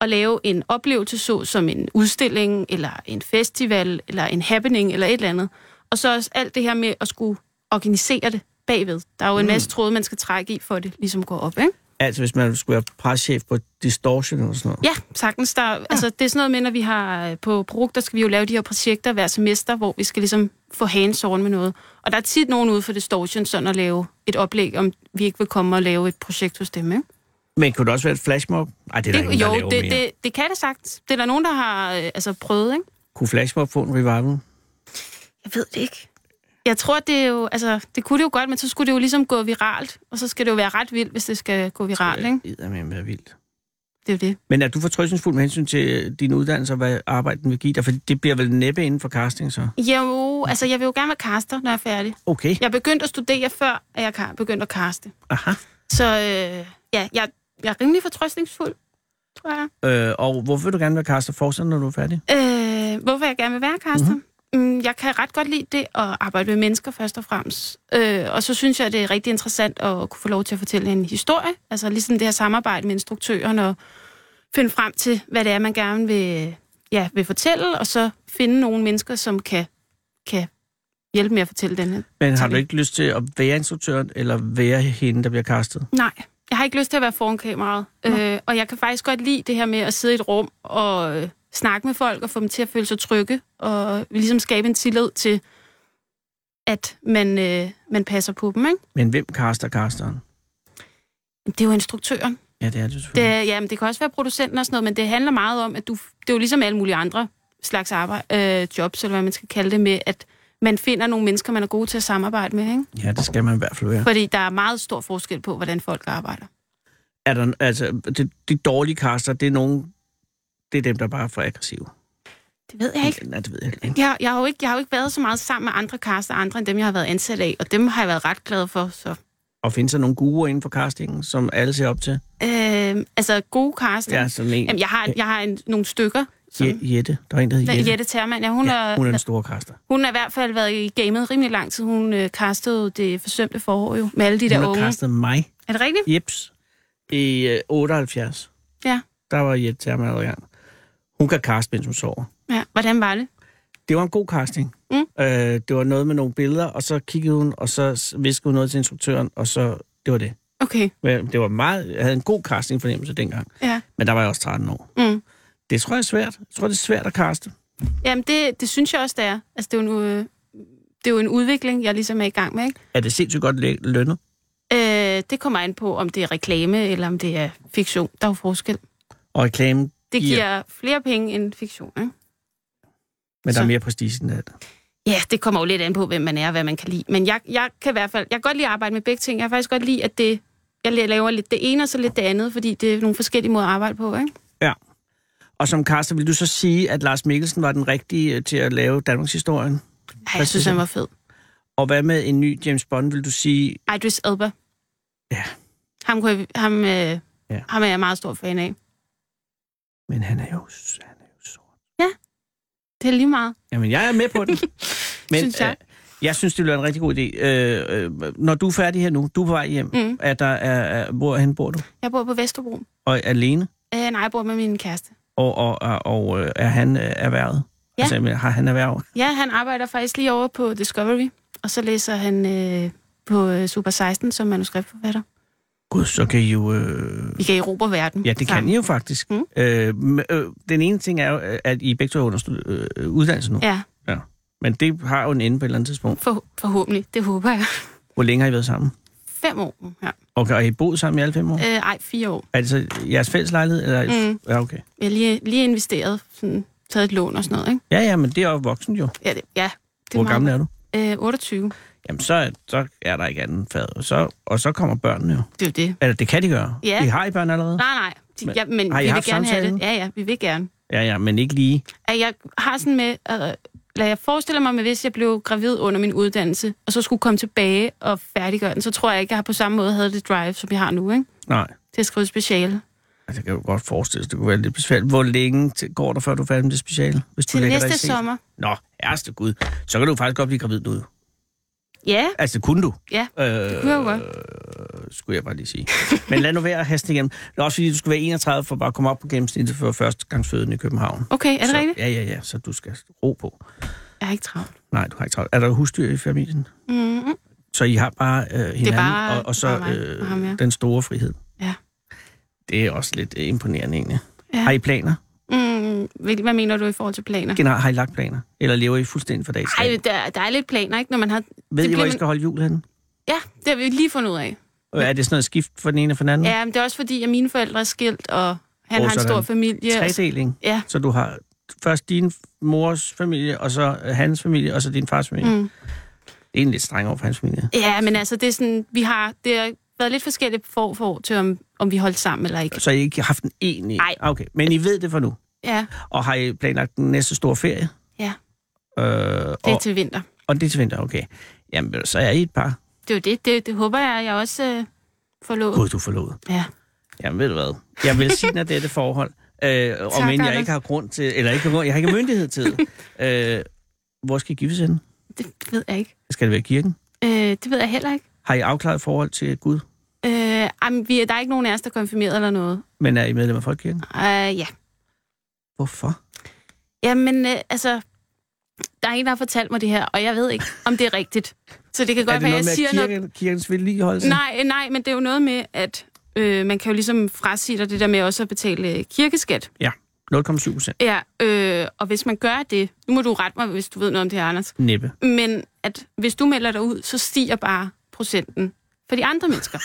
S8: at lave en oplevelse, så som en udstilling, eller en festival, eller en happening, eller et eller andet. Og så også alt det her med at skulle organisere det bagved. Der er jo en masse tråde, man skal trække i, for at det ligesom går op, ikke?
S6: Altså, hvis man skulle være preschef på Distortion eller sådan noget.
S8: Ja, sagtens. Der, ja. Altså, det er sådan noget med, når vi har øh, på produkter, skal vi jo lave de her projekter hver semester, hvor vi skal ligesom få hands on med noget. Og der er tit nogen ude for Distortion sådan at lave et oplæg, om vi ikke vil komme og lave et projekt hos dem, ikke?
S6: Men kunne det også være et flashmob? Ej, det er der
S8: Det,
S6: ingen, der
S8: jo,
S6: laver
S8: det,
S6: mere.
S8: det, det kan det sagt. Det er der nogen, der har øh, altså, prøvet, ikke?
S6: Kunne flashmob få en revival?
S8: Jeg ved det ikke. Jeg tror, det er jo, altså, det kunne det jo godt, men så skulle det jo ligesom gå viralt, og så skal det jo være ret vildt, hvis det skal gå viralt, ikke?
S6: Det med være vildt.
S8: Det er jo det.
S6: Men er du fortrøstningsfuld med hensyn til din uddannelse og hvad arbejden vil give dig? For det bliver vel næppe inden for casting, så?
S8: Jo, altså, jeg vil jo gerne være kaster, når jeg er færdig.
S6: Okay.
S8: Jeg begyndte at studere, før at jeg ka- begyndte at kaste.
S6: Aha.
S8: Så øh, ja, jeg, jeg er rimelig fortrøstningsfuld, tror jeg.
S6: Øh, og hvorfor vil du gerne være caster fortsat, når du er færdig?
S8: Øh, hvorfor jeg gerne vil være kaster? Mm-hmm. Mm, jeg kan ret godt lide det at arbejde med mennesker først og fremmest. Øh, og så synes jeg, det er rigtig interessant at kunne få lov til at fortælle en historie. Altså ligesom det her samarbejde med instruktøren og finde frem til, hvad det er, man gerne vil, ja, vil fortælle, og så finde nogle mennesker, som kan, kan hjælpe med at fortælle den her.
S6: Men har
S8: Tak.
S6: du ikke lyst til at være instruktøren, eller være hende, der bliver castet?
S8: Nej, jeg har ikke lyst til at være foran kameraet. Øh, og jeg kan faktisk godt lide det her med at sidde i et rum og øh, snakke med folk og få dem til at føle sig trygge og ligesom skabe en tillid til, at man, øh, man passer på dem. Ikke?
S6: Men hvem caster casteren?
S8: Det er jo instruktøren.
S6: Ja, det er det
S8: Det,
S6: selvfølgelig.
S8: er- jamen, det kan også være producenten og sådan noget, men det handler meget om, at du, det er jo ligesom alle mulige andre slags arbejde, øh, jobs, eller hvad man skal kalde det med, at man finder nogle mennesker, man er gode til at samarbejde med. Ikke?
S6: Ja, det skal man i hvert fald være.
S8: Fordi der er meget stor forskel på, hvordan folk arbejder.
S6: Er der, altså, de, de dårlige caster, det er nogen... Det er dem, der bare er for aggressive.
S8: Det ved jeg ikke.
S6: Nej, det ved jeg ikke.
S8: Jeg, jeg, har jo ikke, jeg har jo ikke været så meget sammen med andre kaster, andre end dem, jeg har været ansat af, og dem har jeg været ret glad for. Så.
S6: Og findes der nogle guruer inden for castingen, som alle ser op til?
S8: Øh, altså gode kaster.
S6: Ja, sådan en.
S8: Jamen, jeg har, jeg har en, nogle stykker. Som,
S6: Je- Jette. Der er en, der hedder
S8: Jette.
S6: Jette.
S8: Jette Termann, ja, hun,
S6: Ja, hun er
S8: er,
S6: den store kaster.
S8: hun har i hvert fald været i gamet rimelig lang tid. Hun øh, kastede det forsømte forår jo, med alle de
S6: Hun
S8: der
S6: har
S8: unge.
S6: kastet mig,
S8: Er det rigtigt?
S6: Jeps, i øh, 78.
S8: Ja.
S6: Der var Jette Termann allerede i gang. Hun kan kaste, mens hun sover.
S8: ja. Hvordan var det?
S6: Det var en god casting.
S8: Mm.
S6: Øh, det var noget med nogle billeder, og så kiggede hun, og så s- viskede hun noget til instruktøren, og så det var det.
S8: Okay,
S6: Men Det var meget, jeg havde en god casting fornemmelse dengang,
S8: ja.
S6: men der var jeg også 13 år.
S8: Mm.
S6: Det tror jeg er svært. Jeg tror, det er svært at kaste.
S8: Jamen, det, det synes jeg også, det er. Altså, det er, jo en, øh, det er jo en udvikling, jeg ligesom er i gang med, ikke?
S6: Er det sindssygt godt læ- lønnet?
S8: Øh, det kommer an på, om det er reklame, eller om det er fiktion. Der er jo forskel.
S6: Og reklame,
S8: Det
S6: giver-
S8: giver flere penge end fiktion, ikke?
S6: men der er
S8: Så.
S6: mere prestige end det.
S8: Ja, det kommer jo lidt an på, hvem man er og hvad man kan lide. Men jeg, jeg kan i hvert fald... Jeg kan godt lide at arbejde med begge ting. Jeg kan faktisk godt lide, at det, jeg laver lidt det ene og så lidt det andet, fordi det er nogle forskellige måder at arbejde på, ikke?
S6: Og som kaster, vil du så sige, at Lars Mikkelsen var den rigtige øh, til at lave Danmarks historien?
S8: Ej, jeg
S6: Præcis.
S8: synes, han var fed.
S6: Og hvad med en ny James Bond, vil du sige?
S8: Idris Elba.
S6: Ja.
S8: Ham, kunne jeg, ham, øh, ja. ham er jeg meget stor fan af.
S6: Men han er jo, s- han er jo sort.
S8: Det er lige meget.
S6: Jamen, jeg er med på
S8: (laughs)
S6: den. Men,
S8: Synes jeg.
S6: Øh, jeg synes, det bliver en rigtig god idé. Øh, øh, når du er færdig her nu, du er på vej hjem,
S8: Mm.
S6: er der, er, er, hvorhen bor du?
S8: Jeg bor på Vesterbro.
S6: Og er alene?
S8: Øh, nej, jeg bor med min kæreste.
S6: Og, og, og, og øh, er han øh, erhvervet?
S8: Ja.
S6: Altså, men har han erhverv?
S8: Ja, han arbejder faktisk lige over på Discovery, og så læser han øh, på øh, Super 16 som manuskriptforfatter.
S6: Gud, så kan I jo... Øh...
S8: Vi kan erobre verden.
S6: Ja, det kan
S8: sammen.
S6: I jo faktisk. Mm.
S8: Mm.
S6: Øh, men, øh, den ene ting er jo, øh, at I begge to er under stud- øh, uddannelse nu.
S8: Ja,
S6: Men det har jo en ende på et eller andet tidspunkt.
S8: for, forhåbentlig. Det håber jeg.
S6: Hvor længe har I været sammen?
S8: Fem år nu her.
S6: Okay, og har I boet sammen i alle fem år? Øh.
S8: Øh, ej, fire år.
S6: Er det så jeres fælles lejlighed? Eller?
S8: Mm.
S6: Ja, okay.
S8: Jeg har lige, lige investeret, sådan, taget et lån og sådan noget. Ikke?
S6: Ja, ja, men det er jo voksen jo.
S8: Ja, det, ja, det
S6: Hvor gammel er du?
S8: Øh, 28.
S6: jamen så, er- så er der ikke anden fad. Så, og så kommer børnene jo.
S8: Det er jo det.
S6: Eller det kan de gøre.
S8: Ja.
S6: I har I børn allerede?
S8: Nej, nej. De,
S6: Men
S8: ja, men
S6: har I
S8: vi vil
S6: haft
S8: gerne have
S6: samtalen?
S8: det. Ja, ja, vi vil gerne.
S6: Ja, ja, men ikke lige.
S8: At jeg har sådan med, at lad jeg forestille mig, hvis jeg blev gravid under min uddannelse, og så skulle komme tilbage og færdiggøre den, så tror jeg ikke, jeg har på samme måde havde det drive, som jeg har nu, ikke?
S6: Nej.
S8: Til at skrive speciale.
S6: Altså, jeg kan jo godt forestille mig, det kunne være lidt besværligt. Hvor længe til- går der, før du er færdig med det speciale? Hvis
S8: Til
S6: lægger dig i
S8: næste
S6: seng?
S8: sommer.
S6: Nå, ærste gud. Så kan du faktisk godt blive gravid nu. jo.
S8: Ja,
S6: Altså, kunne du?
S8: ja.
S6: Øh,
S8: kunne jeg jo godt.
S6: skulle jeg bare lige sige. Men lad nu være at haste igennem. Det er også fordi, du skal være 31 for bare at komme op på gennemsnittet for førstegangsfødende i København.
S8: Okay, er det
S6: så,
S8: rigtigt?
S6: Ja, ja, ja. Så du skal ro på.
S8: Jeg er ikke travlt.
S6: Nej, du har ikke travlt. Er der husdyr i familien?
S8: Mm-hmm.
S6: Så I har bare øh, hinanden
S8: bare-
S6: og, og så øh,
S8: bare mig og ham, ja.
S6: den store frihed?
S8: Ja.
S6: Det er også lidt øh, imponerende egentlig.
S8: Ja.
S6: Har I planer?
S8: Mm, hvil- hvad mener du i forhold til planer?
S6: Generelt, har I lagt planer? Eller lever I fuldstændig for dag til
S8: Ej,
S6: dag?
S8: der, der er lidt planer, ikke? Når man har...
S6: Ved I, hvor I
S8: bliver man-
S6: skal holde jul henne?
S8: Ja, det har vi lige fundet ud af.
S6: Og Er det sådan noget skift for den ene og for den anden?
S8: Ja, men det er også fordi, at mine forældre er skilt, og han
S6: Mm. Åh,
S8: har en
S6: sådan.
S8: stor familie. og-
S6: Tredeling?
S8: Ja.
S6: Så du har først din mors familie, og så øh, hans familie, og så din fars familie.
S8: Mm.
S6: Det er egentlig lidt streng over for hans familie.
S8: Ja, men altså, det er sådan, vi har, det har været lidt forskelligt for, for år til, om, om vi holdt sammen eller ikke.
S6: Så I ikke har haft en egentlig...
S8: Nej.
S6: Okay, men I ved det for nu.
S8: Ja,
S6: Og har I planlagt den næste store ferie?
S8: Ja.
S6: Øh,
S8: det er
S6: og,
S8: til vinter.
S6: og det er til vinter, okay. Jamen, ved du, så er I et par.
S8: Det er jo det, det, det håber jeg, jeg også øh, får lov.
S6: Gud, du forlod.
S8: Ja.
S6: Jamen, ved du hvad? Jeg vil sige, at dette forhold, øh, og
S8: Tak,
S6: men jeg
S8: Anders.
S6: ikke har grund til, eller ikke, har grund- jeg har ikke myndighed til
S8: (laughs)
S6: det. Øh, hvor skal I gives henne?
S8: Det ved jeg ikke.
S6: Skal det være i kirken?
S8: Øh, det ved jeg heller ikke.
S6: Har I afklaret forhold til Gud?
S8: Øh, jamen, vi, er- der er ikke nogen af os, der er konfirmeret eller noget.
S6: Men er I medlem af Folkekirken?
S8: Øh, ja.
S6: Hvorfor?
S8: Jamen, øh, altså, der er en, der har fortalt mig det her, og jeg ved ikke, om det er rigtigt. Så det kan
S6: Er
S8: godt
S6: det
S8: være, jeg
S6: noget med at
S8: siger noget.
S6: kirken, kirkens vedligeholdelse?
S8: Nej, nej, men det er jo noget med, at øh, man kan jo ligesom frasige dig det der med også at betale øh, kirkeskat.
S6: 0,7 procent.
S8: Ja, øh, og hvis man gør det, nu må du rette mig, hvis du ved noget om det her, Anders,
S6: Næppe.
S8: men at hvis du melder dig ud, så stiger bare procenten for de andre
S6: (laughs)
S8: mennesker.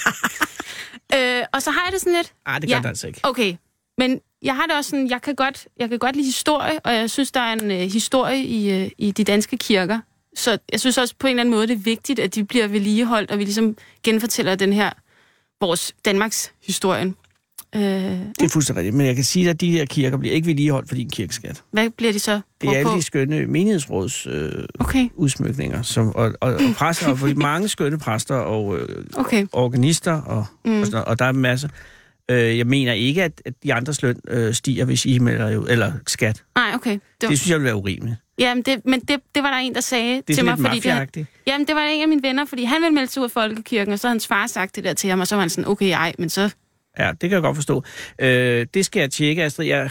S8: øh, og så har jeg det sådan lidt,
S6: Nej, det gør ja.
S8: Ja.
S6: det altså ikke.
S8: okay, men jeg har det også sådan, jeg kan godt, jeg kan godt lide historie, og jeg synes, der er en øh, historie i, øh, i de danske kirker. Så jeg synes også på en eller anden måde, det er vigtigt, at de bliver vedligeholdt, og vi ligesom genfortæller den her, vores Danmarks historien. Øh,
S6: Det er fuldstændig rigtigt. Men jeg kan sige, at de her kirker bliver ikke vedligeholdt for din kirkeskat.
S8: hvad bliver de så
S6: Det er
S8: brugt
S6: alle
S8: på?
S6: de skønne menighedsråds øh,
S8: Okay,
S6: udsmykninger, som, og, og,
S8: (laughs)
S6: og præster, og fordi mange skønne præster og øh,
S8: okay.
S6: organister, og, mm.
S8: Mm.
S6: og, sådan, noget, og der er en masse. Øh, jeg mener ikke, at, at de andres løn øh, stiger, hvis I melder jo, eller skat. Det,
S8: Nej, okay. Det var
S6: det synes jeg ville være urimeligt.
S8: Jamen, det, men det, det var der en, der sagde
S6: Det er
S8: til
S6: sådan
S8: mig,
S6: lidt
S8: fordi det,
S6: mafiagtigt.
S8: jamen, det var en af mine venner, fordi han ville melde sig ud af Folkekirken, og så havde hans far sagt det der til ham, og så var han sådan, okay, ej, men så...
S6: Ja, det kan jeg godt forstå. Øh, det skal jeg tjekke, Astrid. Jeg er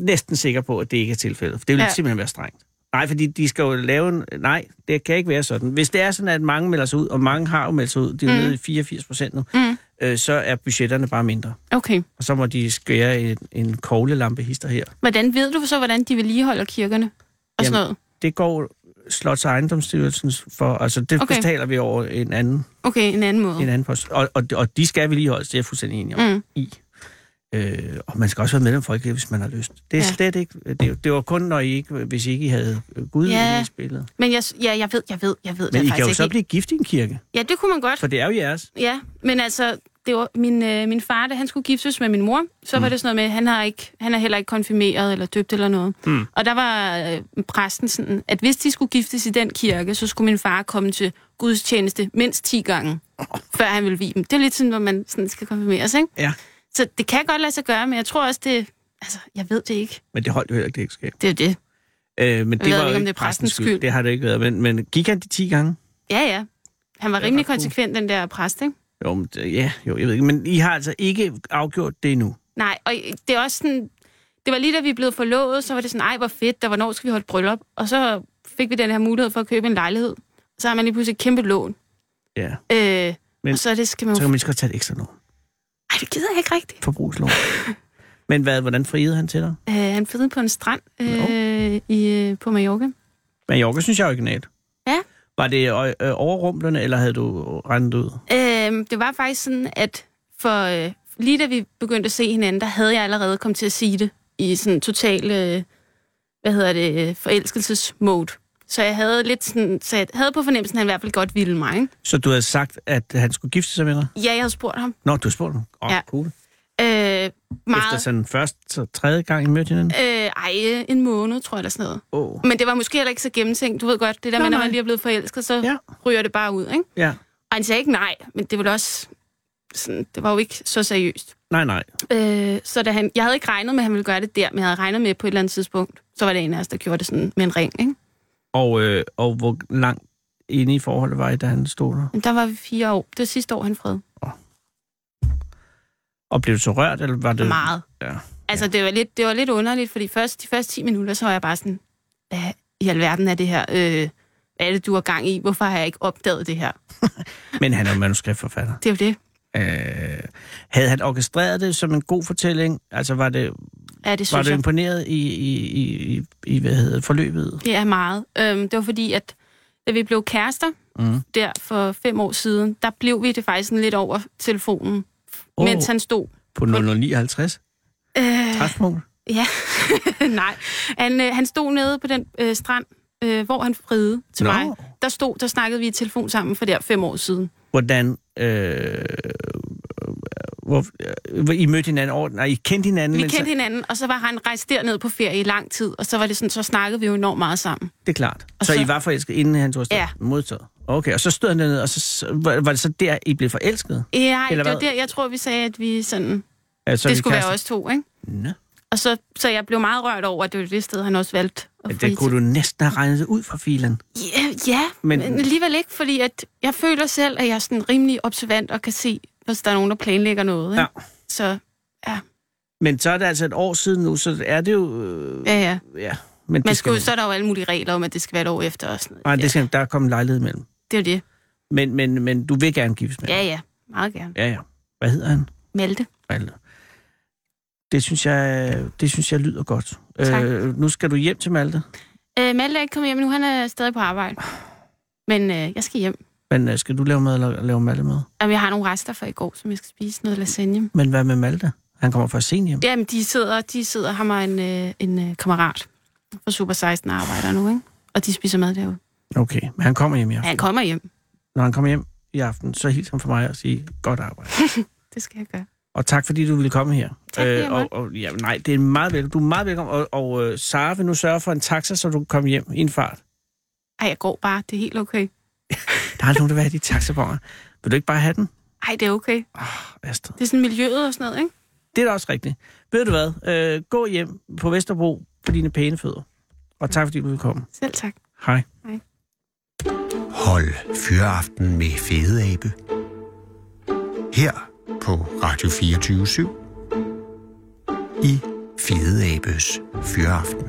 S6: næsten sikker på, at det ikke er tilfældet. For det vil ja.
S8: Ja.
S6: simpelthen være strengt. Nej, fordi de skal jo lave en... Nej, det kan ikke være sådan. Hvis det er sådan, at mange melder sig ud, og mange har jo meldt sig ud, de er jo mm. nede i 84 procent nu, mm. øh, så er budgetterne bare mindre.
S8: Okay.
S6: Og så må de skære en, en koglelampe hister her.
S8: Hvordan ved du så, hvordan de vedligeholder kirkerne? Og sådan
S6: Jamen,
S8: noget.
S6: Det går Slots og Ejendomsstyrelsen for... Altså, det okay.
S8: Okay.
S6: betaler vi over en anden,
S8: Okay, en anden
S6: en
S8: måde.
S6: anden post. Og, og, og de skal vedligeholdes, det er jeg fuldstændig enig om.
S8: Mm.
S6: i. Øh, og man skal også være medlem af Folkekirken, hvis man har lyst. Det er ja.
S8: Ja.
S6: slet ikke... Det, det var kun, når I ikke, hvis I ikke havde Gud ja.
S8: Ja.
S6: i spillet.
S8: Men jeg, ja, jeg ved, jeg ved, jeg ved
S6: Men I
S8: det
S6: kan jo
S8: faktisk
S6: så
S8: ikke.
S6: blive gift i en kirke,
S8: Ja, det kunne man godt.
S6: for det er jo jeres.
S8: Ja, men altså, det var min, øh, min far, da han skulle giftes med min mor, så mm. var det sådan noget med, at han, har ikke, han er heller ikke konfirmeret eller døbt eller noget. Mm. Og der var øh, præsten sådan, at hvis de skulle giftes i den kirke, så skulle min far komme til gudstjeneste mindst 10 gange, før han ville vige dem. Det er lidt sådan, hvor man sådan skal konfirmeres, ikke?
S6: Ja.
S8: Så det kan godt lade sig gøre, men jeg tror også, det... Altså, jeg ved det ikke.
S6: Men det holdt jo heller ikke det ægteskab.
S8: Det er jo det.
S6: Øh, men det
S8: ved
S6: var jo
S8: ikke, om
S6: ikke
S8: det er
S6: præstens skyld. skyld. Det har det ikke været. Men, men gik han de 10 gange?
S8: Ja, ja. Han var
S6: er ret
S8: rimelig
S6: cool.
S8: konsekvent, den der præst, ikke?
S6: Jo, men, det- ja, jo, jeg ved ikke. Men I har altså ikke afgjort det endnu.
S8: Nej, og det er også sådan... Det var lige da vi blev forlovet, så var det sådan, ej, hvor fedt, og hvornår skal vi holde bryllup? Og så fik vi den her mulighed for at købe en lejlighed. Så har man lige pludselig et kæmpe lån.
S6: Ja.
S8: Øh,
S6: Men-
S8: Men, og så er det, skal man
S6: Så
S8: jo...
S6: kan man lige så godt tage et ekstra lån.
S8: Ej, det gider jeg ikke rigtigt.
S6: Forbrugslån. (laughs) men hvad, hvordan friede han til dig?
S8: Øh, han fedede på en strand
S6: Nå.
S8: øh, i, øh, på Mallorca.
S6: Mallorca synes jeg er originalt.
S8: Ja.
S6: Var det øh, øh, overrumplende, eller havde du rendet ud?
S8: Øh, det var faktisk sådan, at for, øh, lige da vi begyndte at se hinanden, der havde jeg allerede kommet til at sige det i sådan total, øh, hvad hedder det, øh, forelskelsesmode. Så jeg havde lidt sådan, så jeg havde på fornemmelsen, at han i hvert fald godt ville mig. Ikke?
S6: Så du havde sagt, at han skulle gifte sig med dig?
S8: Ja, jeg havde spurgt ham.
S6: Nå, du spurgte ham. Åh,
S8: Ja.
S6: cool.
S8: Øh,
S6: Efter
S8: meget.
S6: sådan først så tredje gang, I mødte hinanden?
S8: Øh, ej, øh, en måned, tror jeg, eller sådan noget.
S6: Åh.
S8: Men det var måske heller ikke så gennemtænkt. Du ved godt, det der
S6: Nå,
S8: med, når
S6: nej.
S8: man lige er blevet forelsket, så
S6: Ja.
S8: ja. ryger det bare ud, ikke?
S6: Ja.
S8: Og han sagde ikke nej, men det var da også... Sådan, det var jo ikke så seriøst.
S6: Nej, nej.
S8: Øh, så da han, jeg havde ikke regnet med, at han ville gøre det der, men jeg havde regnet med på et eller andet tidspunkt. Så var det en af os, der gjorde det sådan med en ring, ikke?
S6: Og, øh, og hvor langt inde i forholdet var I, da han stod der?
S8: Men der var vi fire år. Det var sidste år, han fred.
S6: Og blev du så rørt, eller var det...
S8: Meget.
S6: Ja.
S8: Altså, det var lidt, det var lidt underligt, fordi først, de første 10 minutter, så var jeg bare sådan, hvad i alverden er det her? Øh, hvad er det, du har gang i? Hvorfor har jeg ikke opdaget det her?
S6: Men han er jo manuskriptforfatter.
S8: Det er jo det.
S6: Øh, havde han orkestreret det som en god fortælling? Altså, var det,
S8: Ja, det synes
S6: var du
S8: jeg.
S6: imponeret i, i, i, i, i hvad hedder det, forløbet?
S8: Det er meget. Øhm, det var fordi, at da vi blev kærester
S6: Mhm.
S8: mm. der for fem år siden, der blev vi det faktisk sådan lidt over telefonen,
S6: Åh.
S8: oh. mens han stod.
S6: På 059?
S8: Øh,
S6: Træfpunkt?
S8: ja, (laughs) nej. Han, øh, han stod nede på den øh, strand, øh, hvor han friede til
S6: Nå.
S8: no. mig. Der stod, der snakkede vi i telefon sammen for der fem år siden.
S6: Hvordan... Øh, hvor, øh, hvor I mødte hinanden over... Nej, I kendte hinanden,
S8: Vi
S6: men
S8: kendte
S6: så,
S8: hinanden, og så var han rejst derned på ferie i lang tid, og så var det sådan, så snakkede vi jo enormt meget sammen.
S6: det er klart. Så,
S8: Og
S6: så
S8: så-
S6: I var forelsket, inden han tog afsted?
S8: Ja.
S6: Modtaget. Okay, og så stod han dernede, og så, så- var var det så der, I blev forelsket?
S8: Ja,
S6: Eller
S8: det var
S6: hvad?
S8: der, jeg tror, vi sagde, at vi sådan,
S6: Altså,
S8: det skulle være os to, ikke?
S6: Nå.
S8: Og så, så jeg blev meget rørt over, at det var det sted, han også valgte at
S6: Det kunne du næsten have regnet ud fra filen.
S8: Ja, ja
S6: Men-
S8: men... men alligevel ikke, fordi at jeg føler selv, at jeg er sådan rimelig observant og kan se, hvis der er nogen, der planlægger noget. Ikke?
S6: Ja.
S8: Så ja,
S6: Men så er det altså et år siden nu, så er det jo... Øh,
S8: ja, ja.
S6: ja, men
S8: Men
S6: det skal,
S8: skulle, så er der jo alle mulige regler om, at det skal være et år efter og sådan noget.
S6: Nej,
S8: ja,
S6: det skal, der er kommet lejlighed imellem.
S8: det er jo det.
S6: Men, men, men du vil gerne giftes med
S8: Ja,
S6: ham.
S8: ja. Meget gerne.
S6: ja, ja. Hvad hedder han?
S8: Malte.
S6: Malte. Det synes jeg, det synes jeg lyder godt.
S8: Tak.
S6: Øh, nu skal du hjem til Malte,
S8: Øh, Malte er ikke kommet hjem nu. Han er stadig på arbejde. Men øh, jeg skal hjem.
S6: men øh, skal du lave mad eller lave Malte mad?
S8: Jamen, jeg har nogle rester fra i går, som jeg skal spise. Noget lasagne.
S6: Men hvad med Malte? Han kommer fra sent hjem.
S8: Jamen, de sidder, de sidder ham og en, øh, en øh, kammerat fra Super 16 arbejder nu, ikke? Og de spiser mad derude.
S6: Okay, men han kommer hjem i
S8: Men
S6: aften.
S8: han kommer hjem.
S6: Når han kommer hjem i aften, så hils ham for mig og sige, godt
S8: (laughs)
S6: arbejde.
S8: Det skal jeg gøre.
S6: Og tak, fordi du ville komme her. Øh,
S8: Tak, fordi jeg
S6: og, og, ja, nej, det er meget velkommen. Du er meget velkommen. Og, og øh, Sara vil nu sørge for en taxa, så du kan komme hjem i en fart.
S8: Ej, jeg går bare. Det er helt okay.
S6: Der er nogen, der vil have de taxabonger. Vil du ikke bare have den,
S8: Ej, det er okay.
S6: Astrid?
S8: Det er sådan miljøet og sådan noget, ikke?
S6: Det er da også rigtigt. Ved du hvad? Øh, gå hjem på Vesterbro på dine pæne fødder. Og tak, fordi du ville komme.
S8: Selv tak.
S6: Hej.
S3: Hold Fyraften med Fede Abe. Her på Radio 24 7. I Fede Abes Fyraften.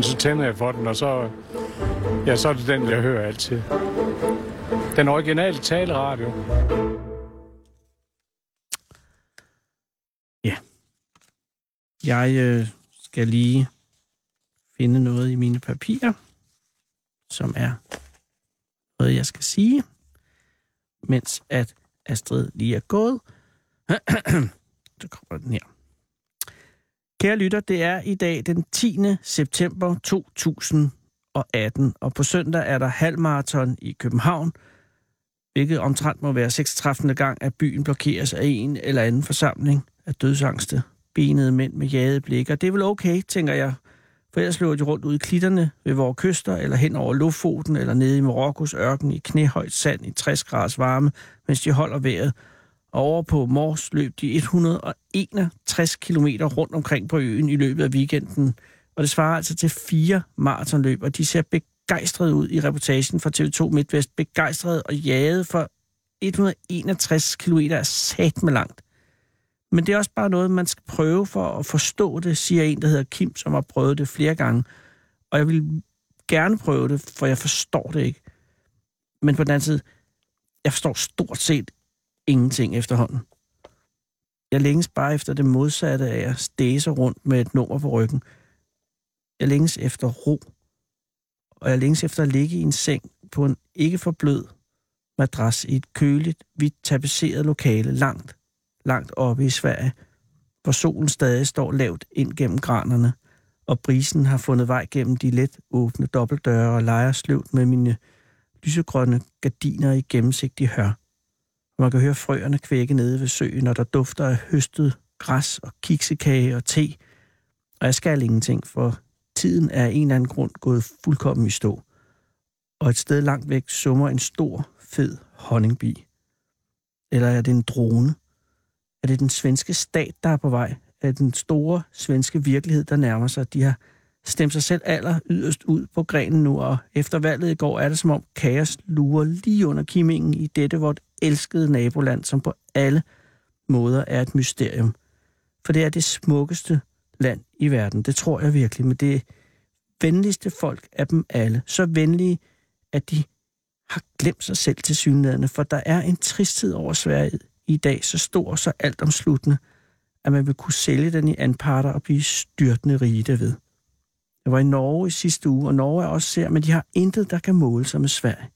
S9: Så tænder jeg for den, og så, ja, så er det den, jeg hører altid. Den originale taleradio.
S6: Jeg øh, skal lige finde noget i mine papirer, som er noget, jeg skal sige, mens at Astrid lige er gået. (clears throat) Så kommer den her. Kære lytter, det er i dag den 10. september 2018, og på søndag er der halvmarathon i København, hvilket omtrent må være 36. gang, at byen blokeres af en eller anden forsamling af dødsangste benede mænd med jade blikker. Det er vel okay, tænker jeg. For ellers løber de rundt ud i klitterne ved vores kyster, eller hen over Lofoten, eller nede i Marokkos ørken i knæhøjt sand i 60 graders varme, mens de holder vejret. Og over på Mors løb de 161 km rundt omkring på øen i løbet af weekenden. Og det svarer altså til fire maratonløb, og de ser begejstrede ud i reportagen fra TV2 MidtVest. Begejstrede og jaget for 161 km er sat med langt. Men det er også bare noget, man skal prøve for at forstå det, siger en, der hedder Kim, som har prøvet det flere gange. Og jeg vil gerne prøve det, for jeg forstår det ikke. Men på den anden side, jeg forstår stort set ingenting efterhånden. Jeg længes bare efter det modsatte af at stæse rundt med et nummer på ryggen. Jeg længes efter ro. Og jeg længes efter at ligge i en seng på en ikke for blød madras i et køligt, hvidt tapetseret lokale langt langt oppe i Sverige, hvor solen stadig står lavt ind gennem granerne, og brisen har fundet vej gennem de let åbne dobbeltdøre og leger sløvt med mine lysegrønne gardiner i gennemsigtig hør. Og man kan høre frøerne kvække nede ved søen, og der dufter af høstet græs og kiksekage og te. Og jeg skal ingenting, for tiden er af en eller anden grund gået fuldkommen i stå. Og et sted langt væk summer en stor, fed honningbi. Eller er det en drone? Er det den svenske stat, der er på vej? Er det den store svenske virkelighed, der nærmer sig? De har stemt sig selv aller yderst ud på grenen nu, og efter valget i går er det som om kaos lurer lige under kimmingen i dette vort elskede naboland, som på alle måder er et mysterium. For det er det smukkeste land i verden, det tror jeg virkelig, men det venligste folk af dem alle, så venlige, at de har glemt sig selv til synlædende, for der er en tristhed over Sverige i dag, så stor og så altomsluttende, at man vil kunne sælge den i anparter og blive styrtende rige derved. Jeg var i Norge i sidste uge, og Norge er også ser, men de har intet, der kan måle sig med Sverige.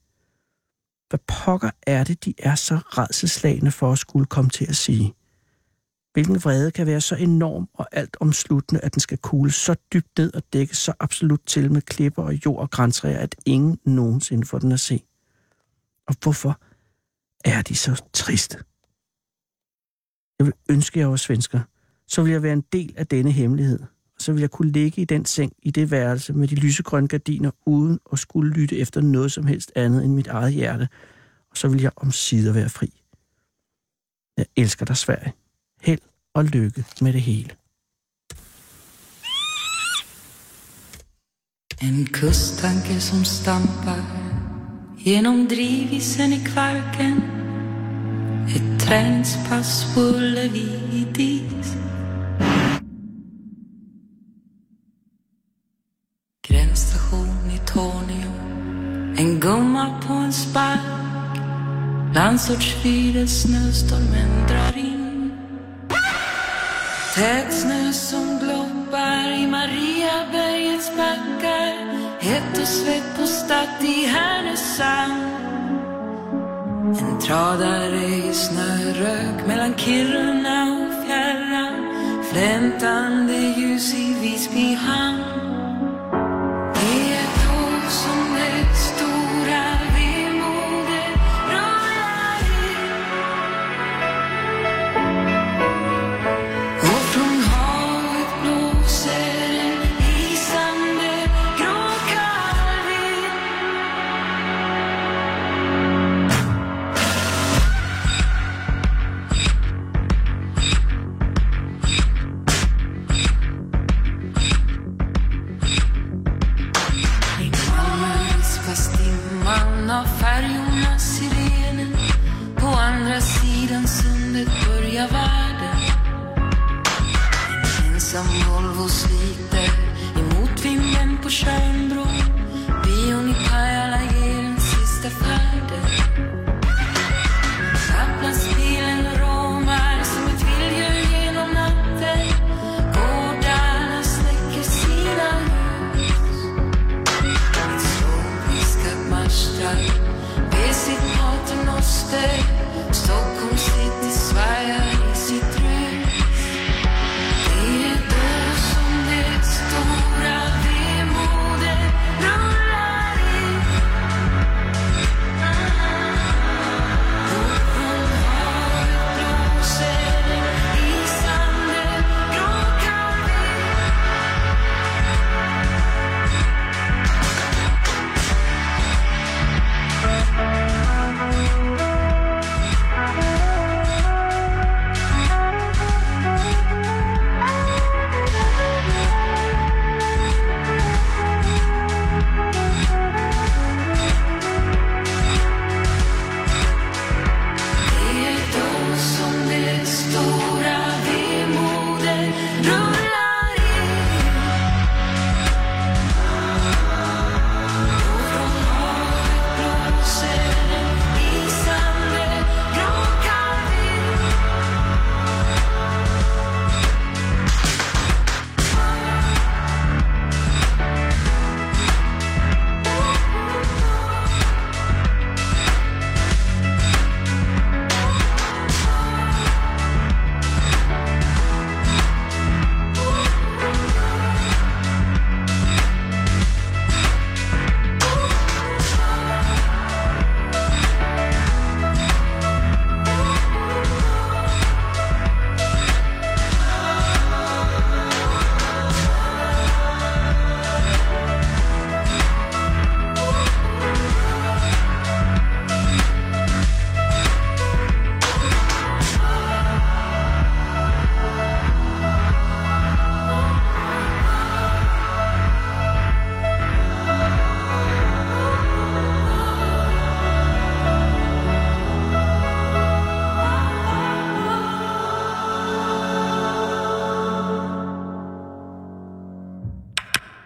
S6: Hvad pokker er det, de er så redselslagende for at skulle komme til at sige? Hvilken vrede kan være så enorm og alt omsluttende, at den skal kugle så dybt ned og dække så absolut til med klipper og jord og græntræer, at ingen nogensinde får den at se? Og hvorfor er de så triste? Jeg vil ønske, jeg var svensker. Så vil jeg være en del af denne hemmelighed. Og så vil jeg kunne ligge i den seng, i det værelse, med de lysegrønne gardiner, uden at skulle lytte efter noget som helst andet end mit eget hjerte. Og så vil jeg omsider være fri. Jeg elsker dig, Sverige. Held og lykke med det hele.
S10: En kusttanke som stampar Genom drivisen i Kvarken Ett träningspass på Ullevi is Gränsstation i Tornio En gumma på en spark Landsortsfyr där snöstormen drar in Tät snö som gloppar i Mariabergets backar Hett och svett på Statt i Härnösand En tradare i snörök mellan Kiruna och fjärran Flämtande ljus i Visby hamn Det är tåg som det stora vemodet rullar in Och från havet blåser en isande gråkall vind I morgon spas dimman av färjornas sirener På andra sidan sundet börjar världen En ensam Volvo sliter i motvinden på Tjörnbron Bion i Pajala ger den sista färden Lapplandsbilen romar som ett vilddjur genom natten Gårdarna släcker sina ljus Solpiskat Marstrand Ved sitt paternoster Stockholm city svajar i sitt rus Det är då som det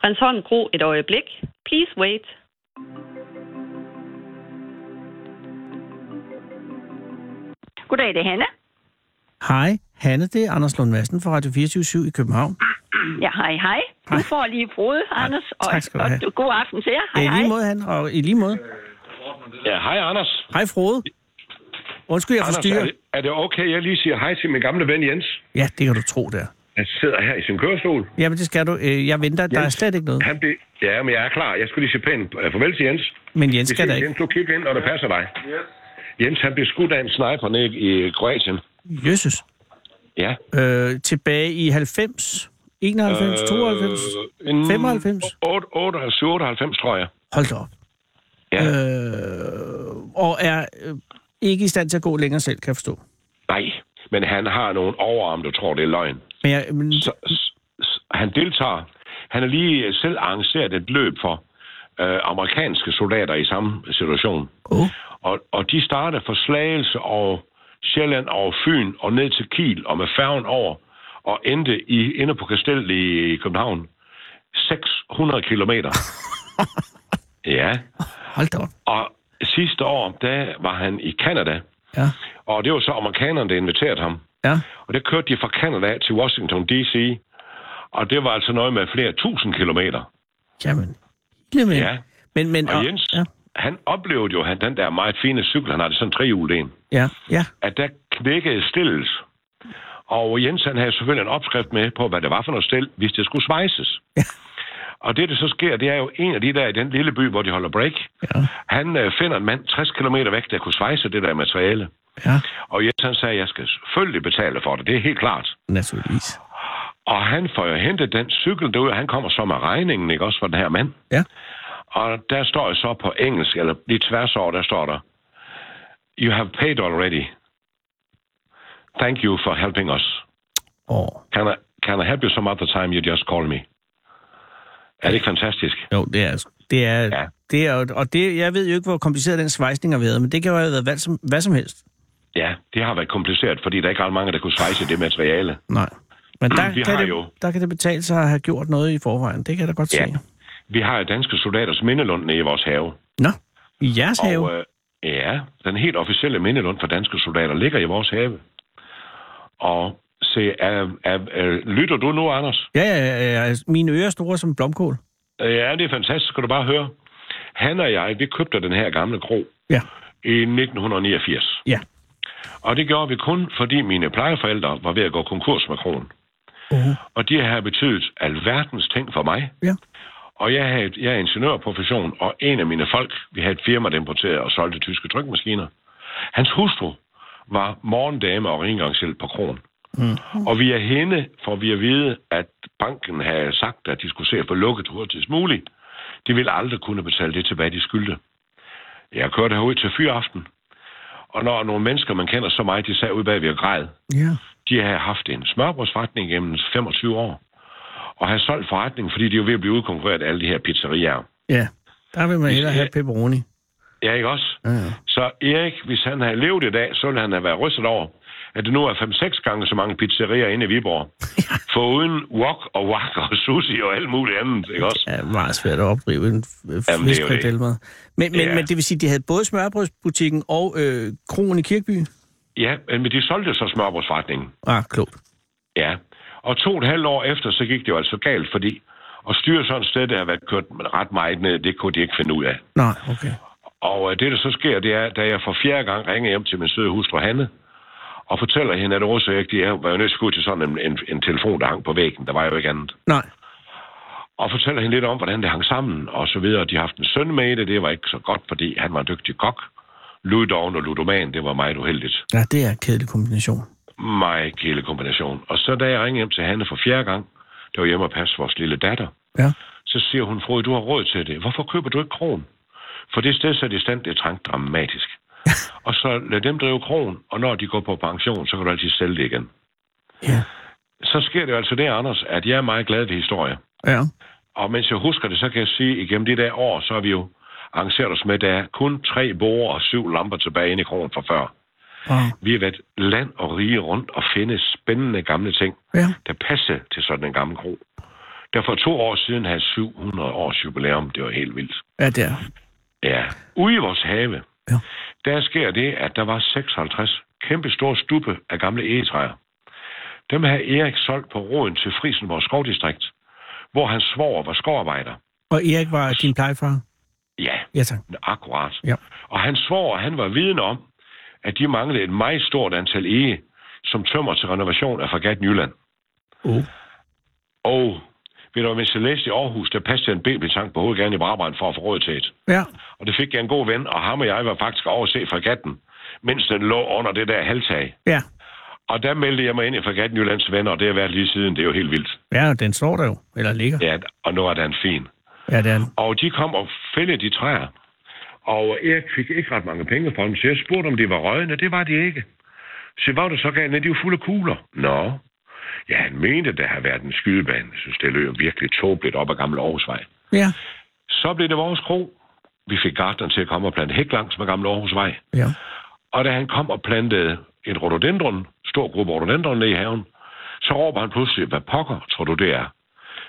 S5: Hans hånd gro et øjeblik. Please wait. Goddag, det er Hanna.
S6: Hej, Hanne, det er Anders Lund Madsen fra Radio 24 i København.
S5: Ja, hej, hej. Du
S6: Hej.
S5: får lige brode, Anders.
S6: tak skal du
S5: og,
S6: have.
S5: og, god aften til jer. Hej,
S6: Ja, I
S5: hej.
S6: lige måde, han, og i lige måde.
S8: Ja, hej Anders.
S6: Hej, Frode. Undskyld, jeg
S8: Anders, er,
S6: forstyrrer.
S8: det- er det okay, jeg lige siger hej til min gamle ven Jens?
S6: Ja, det kan du tro, der.
S8: Han sidder her i sin kørestol.
S6: Jamen, det skal du. Øh, Jeg venter. Der er
S8: Jens.
S6: slet ikke noget.
S8: Han blev... Ja, men jeg er klar. Jeg skulle lige sige pænt øh, farvel til Jens.
S6: Men Jens
S8: Vi
S6: skal
S8: ses,
S6: da ikke.
S8: Jens, du kigger ind, når det passer dig. Yes. Jens, han blev skudt af en sniper nede i Kroatien.
S6: Jesus.
S8: Ja.
S6: Øh, tilbage i 90, 91,
S8: Øh,
S6: 92,
S8: en-
S6: 95.
S8: 8, 98, 98, tror jeg.
S6: Hold da op.
S8: Ja.
S6: Øh, og er øh, ikke i stand til at gå længere selv, kan jeg forstå.
S8: Nej, men han har nogle overarm, du tror, det er løgn.
S6: Men jeg, men,
S8: Han deltager. Han har lige selv arrangeret et løb for øh, amerikanske soldater i samme situation.
S6: Oh.
S8: Og, og de starter fra Slagelse over Sjælland over Fyn og ned til Kiel og med færgen over og endte i, inde på Kastellet i København. 600 kilometer. ja.
S6: Hold da op.
S8: Og sidste år, der var han i Kanada.
S6: Ja.
S8: Og det var så amerikanerne, der inviterede ham.
S6: Ja.
S8: Og der kørte de fra Kanada af til Washington D.C. Og det var altså noget med flere tusind kilometer.
S6: Jamen, lille mand.
S8: Ja.
S6: Men, men,
S8: Og Jens,
S6: Ja,
S8: han oplevede jo, han, den der meget fine cykel, han har det sådan en trehjulet en,
S6: ja, ja.
S8: at der knækkede stilles. Og Jens, han havde selvfølgelig en opskrift med på, hvad det var for noget stil, hvis det skulle svejses.
S6: Ja.
S8: Og det, der så sker, det er jo en af de der i den lille by, hvor de holder break.
S6: Ja.
S8: Han øh, finder en mand 60 km væk, der kunne svejse det der materiale.
S6: Ja.
S8: Og Jens, han sagde, jeg skal selvfølgelig betale for det. Det er helt klart.
S6: Naturligvis.
S8: Og han får jo hentet den cykel derud, og han kommer så med regningen, ikke også, for den her mand.
S6: Ja.
S8: Og der står jo så på engelsk, eller lige tværs over, der står der, You have paid already. Thank you for helping us.
S6: Åh.
S8: Can I, can I help you some other time? You just call me. Er det ikke fantastisk?
S6: Jo, det er det er,
S8: Ja.
S6: ja. det er jo- og det, jeg ved jo ikke, hvor kompliceret den svejsning har været, men det kan jo have været hvad som, hvad som helst.
S8: Ja, det har været kompliceret, fordi der er ikke ret mange, der kunne svejse det materiale.
S6: Nej. Men der,
S8: (clears throat) Vi
S6: kan
S8: har
S6: det,
S8: jo-
S6: der kan det betale sig at have gjort noget i forvejen. Det kan jeg da godt
S8: Ja.
S6: se.
S8: Vi har jo danske soldaters mindelund nede i vores have.
S6: Nå, i jeres have.
S8: Og, øh, ja, den helt officielle mindelund for danske soldater ligger i vores have. Og se, er, er, er, lytter du nu, Anders?
S6: Ja, ja, ja, ja. Mine ører er store som blomkål.
S8: Øh, Ja, det er fantastisk, kan du bare høre. Han og jeg, vi købte den her gamle kro
S6: Ja.
S8: i 1989.
S6: Ja.
S8: Og det gjorde vi kun, fordi mine plejeforældre var ved at gå konkurs med kronen.
S6: Uh-huh.
S8: Og det har betydet alverdens ting for mig.
S6: Ja.
S8: Og jeg, havde, jeg er ingeniørprofession, og en af mine folk, vi havde et firma, der importerede og solgte tyske trykmaskiner. Hans hustru var morgendame og rengøringshjælp på kronen.
S11: Mm.
S8: Og vi er hende, for vi at vide, at banken havde sagt, at de skulle se at få lukket hurtigst muligt. De ville aldrig kunne betale det tilbage, de skyldte. Jeg kørte herud til fyraften, og når nogle mennesker, man kender så meget, de sad ude bagved og græd,
S6: Ja.
S8: de havde haft en smørbrødsforretning gennem 25 år, og havde solgt forretningen, fordi de var ved at blive udkonkurreret af alle de her pizzerier.
S6: Ja, der vil man hellere have pepperoni.
S8: Ja, ikke også?
S6: Ja, ja.
S8: Så Erik, hvis han havde levet i dag, så ville han have været rystet over, at det nu er 5-6 gange så mange pizzerier inde i
S6: (laughs)
S8: Viborg. Foruden wok og wak og sushi og alt muligt andet, ikke også?
S6: Ja, meget svært at opdrive en
S8: Jamen, det er jo det.
S6: fiskredelmad. Men, men,
S8: Ja.
S6: ja. men det vil sige, at de havde både smørbrødsbutikken og øh, kroen i Kirkby?
S8: Ja, men de solgte så smørbrødsforretningen.
S6: Ah, klogt.
S8: Ja. Og to og et halvt år efter, så gik det jo altså galt, fordi at styre sådan et sted, der har været kørt ret meget ned, det kunne de ikke finde ud af.
S6: Nej, okay.
S8: Og øh, det, der så sker, det er, da jeg for fjerde gang ringer hjem til min søde hustru Hanne, og fortæller hende, at Rosa og jeg, de er- var jo nødt til at gå ud til sådan en, en, en telefon, der hang på væggen. Der var jo ikke andet.
S6: Nej.
S8: Og fortæller hende lidt om, hvordan det hang sammen, og så videre. De har haft en søn med i det, det var ikke så godt, fordi han var en dygtig kok. Ludoven og ludoman, det var meget uheldigt.
S6: Ja, det er en kedelig kombination.
S8: Meget kæle kombination. Og så da jeg ringer hjem til Hanne for fjerde gang, der var hjemme og passe vores lille datter,
S6: Ja.
S8: så siger hun, Frode, du har råd til det. Hvorfor køber du ikke krogen? For det sted sat i stand, det er trængt dramatisk. og så lad dem drive krogen, og når de går på pension, så kan du altid sælge det igen.
S6: Ja.
S8: Så sker det jo altså det, Anders, at jeg er meget glad ved historie.
S6: Ja.
S8: Og mens jeg husker det, så kan jeg sige, at igennem de der år, så har vi jo arrangeret os med, at der er kun tre borer og syv lamper tilbage inde i krogen fra før.
S6: Wow.
S8: Vi har været land og rige rundt og finde spændende gamle ting,
S6: Ja.
S8: der passer til sådan en gammel kro.
S12: der for to år siden havde 700 års jubilæum. Det var helt vildt.
S6: Ja, det er.
S12: Ja, ude i vores have, ja. der sker det, at der var 56 kæmpe store stubbe af gamle egetræer. Dem havde Erik solgt på råden til Frisenborg Skovdistrikt, hvor hans svoger var skovarbejder.
S6: Og Erik var din plejefar?
S12: Ja,
S6: Ja, tak.
S12: akkurat.
S6: Ja.
S12: Og hans svoger, han var viden om, at de manglede et meget stort antal ege, som tømmer til renovation af Fregatten Jylland.
S6: Oh.
S12: Og ved du, hvad, mens jeg læste i Aarhus, der passede en BB-tank på hovedgaden i Brabrand for at få råd til et.
S6: Ja.
S12: Og det fik jeg en god ven, og ham og jeg var faktisk over at se fregatten, mens den lå under det der halvtag.
S6: Ja.
S12: Og der meldte jeg mig ind i fregatten Jyllands venner, og det har været lige siden. Det er jo helt vildt.
S6: Ja, den står der jo. Eller ligger.
S12: Ja, og nu er den fin.
S6: Ja, det er den.
S12: Og de kom og fældede de træer. Og Erik fik ikke ret mange penge for dem, så jeg spurgte, om det var rødende. Det var det ikke. Så var det så galt, at de var fulde af kugler. Nå. Ja, han mente, at der havde været en skydebane. Jeg synes, det løb virkelig tåbeligt op ad Gamle Aarhusvej.
S6: Ja.
S12: Så blev det vores kro. Vi fik gartneren til at komme og plante hæk langs med Gamle Aarhusvej.
S6: Ja.
S12: Og da han kom og plantede en rhododendron, stor gruppe rhododendron ned i haven, så råber han pludselig, hvad pokker, tror du det er?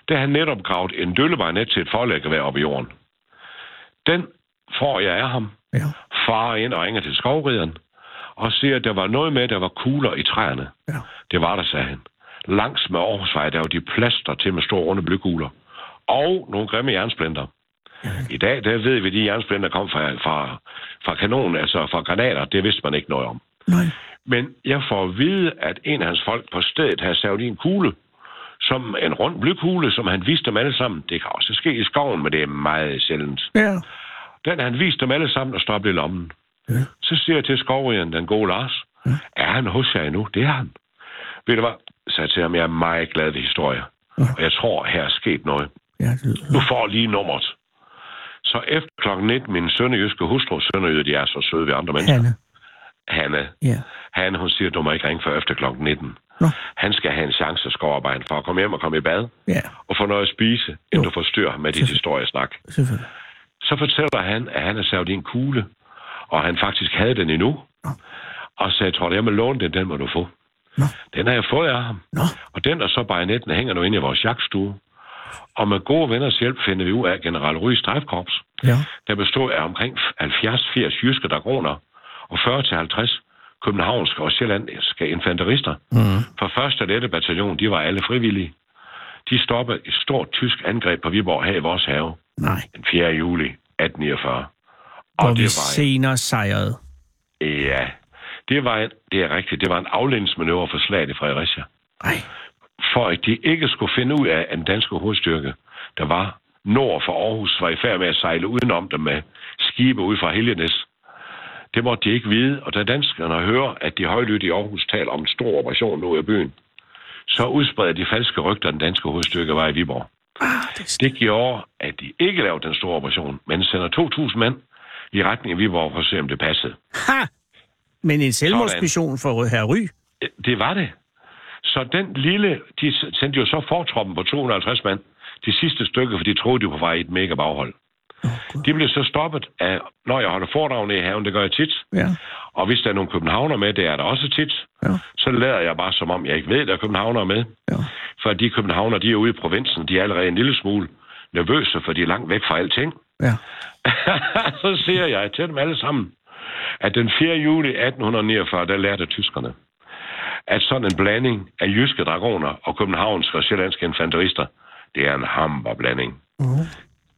S12: Da han netop gravet en døllevejnet til et forlæggevær op i jorden. Den får jeg af ham,
S6: ja.
S12: farer ind og ringer til skovrideren, og siger, at der var noget med, at der var kugler i træerne.
S6: Ja.
S12: Det var der, sagde han. Langs med Aarhusvej, der var de plaster til med store runde blykugler. Og nogle grimme jernsplinter. I dag, der ved vi, at de jernsplinter kom fra, fra, fra kanonen, altså fra granater. Det vidste man ikke noget om.
S6: Nej.
S12: Men jeg får at vide, at en af hans folk på stedet havde savet i en kugle, som en rund blykugle, som han viste dem alle sammen. Det kan også ske i skoven, men det er meget sjældent.
S6: Ja.
S12: Den han viste dem alle sammen og stoppede i lommen.
S6: Ja.
S12: Så siger jeg til skovrigeren, den gode Lars, ja. er han hos jer endnu? Det er han. Ved du hvad? Så jeg til ham, jeg er meget glad ved historier. Ja. Og jeg tror, her er sket noget.
S6: Ja, det lyder.
S12: Nu får jeg lige nummeret. Så efter klokken 19, min sønderjyske hustru, sønderjyde, de er så søde ved andre mennesker.
S6: Hanne.
S12: Hanne.
S6: Ja.
S12: Hanne, hun siger, du må ikke ringe før efter klokken 19.
S6: Nå.
S12: Han skal have en chance at skovarbejde for at komme hjem og komme i bad
S6: Ja,
S12: og få noget at spise, inden du forstyrrer ham med dit historiesnak.
S6: selvfølgelig.
S12: Så fortæller han, at han har savet i en kugle, og han faktisk havde den endnu. Og så jeg tror, jeg må låne den, den må du få.
S6: Nå.
S12: Den har jeg fået af ham.
S6: Nå.
S12: Og den, der så bare i netten, hænger nu inde i vores jagtstue. Og med gode venners hjælp finder vi ud af at General Ryds strejfkorps,
S6: Ja.
S12: der bestod af omkring 70-80 jyske dragoner og 40-50 københavnske og sjællandske infanterister.
S6: Mm.
S12: For første og lette bataljon, de var alle frivillige. De stoppede et stort tysk angreb på Viborg her i vores have
S6: Nej.
S12: den 4. juli 1849.
S6: Hvor vi
S12: en-
S6: senere sejrede.
S12: Ja, det var en, det er rigtigt. Det var en afledningsmanøvre for slaget i Fredericia.
S6: Ej.
S12: For at de ikke skulle finde ud af, at den danske hovedstyrke, der var nord for Aarhus, var i færd med at sejle udenom dem med skibe ud fra Helgenes. Det måtte de ikke vide, og da danskerne hører, at de højlytte i Aarhus taler om en stor operation nu i byen, så udspreder de falske rygter, at den danske hovedstyrke var i Viborg.
S6: Ah, det er st-
S12: Det gjorde, at de ikke lavede den store operation, men sender 2.000 mand i retning af Viborg for at se, om det passede.
S6: ha! Men en selvmordsmission for herr Ry.
S12: Det var det. Så den lille, de sendte jo så fortroppen på 250 mand, de sidste stykke, for de troede, de var på vej i et mega baghold. De blev så stoppet af, når jeg holder foredragene i haven, det gør jeg tit,
S6: Ja.
S12: og hvis der er nogle københavner med, det er der også tit,
S6: Ja.
S12: så lader jeg bare som om, jeg ikke ved, at der er københavner med.
S6: Ja.
S12: For de københavner, de er ude i provinsen, de er allerede en lille smule nervøse, for de er langt væk fra alting.
S6: Ja.
S12: (laughs) så siger jeg til dem alle sammen, at den 4. juli 1849, der lærte tyskerne, at sådan en blanding af jyske dragoner og københavnske og sjællandske infanterister, det er en hammerblanding.
S6: Uh,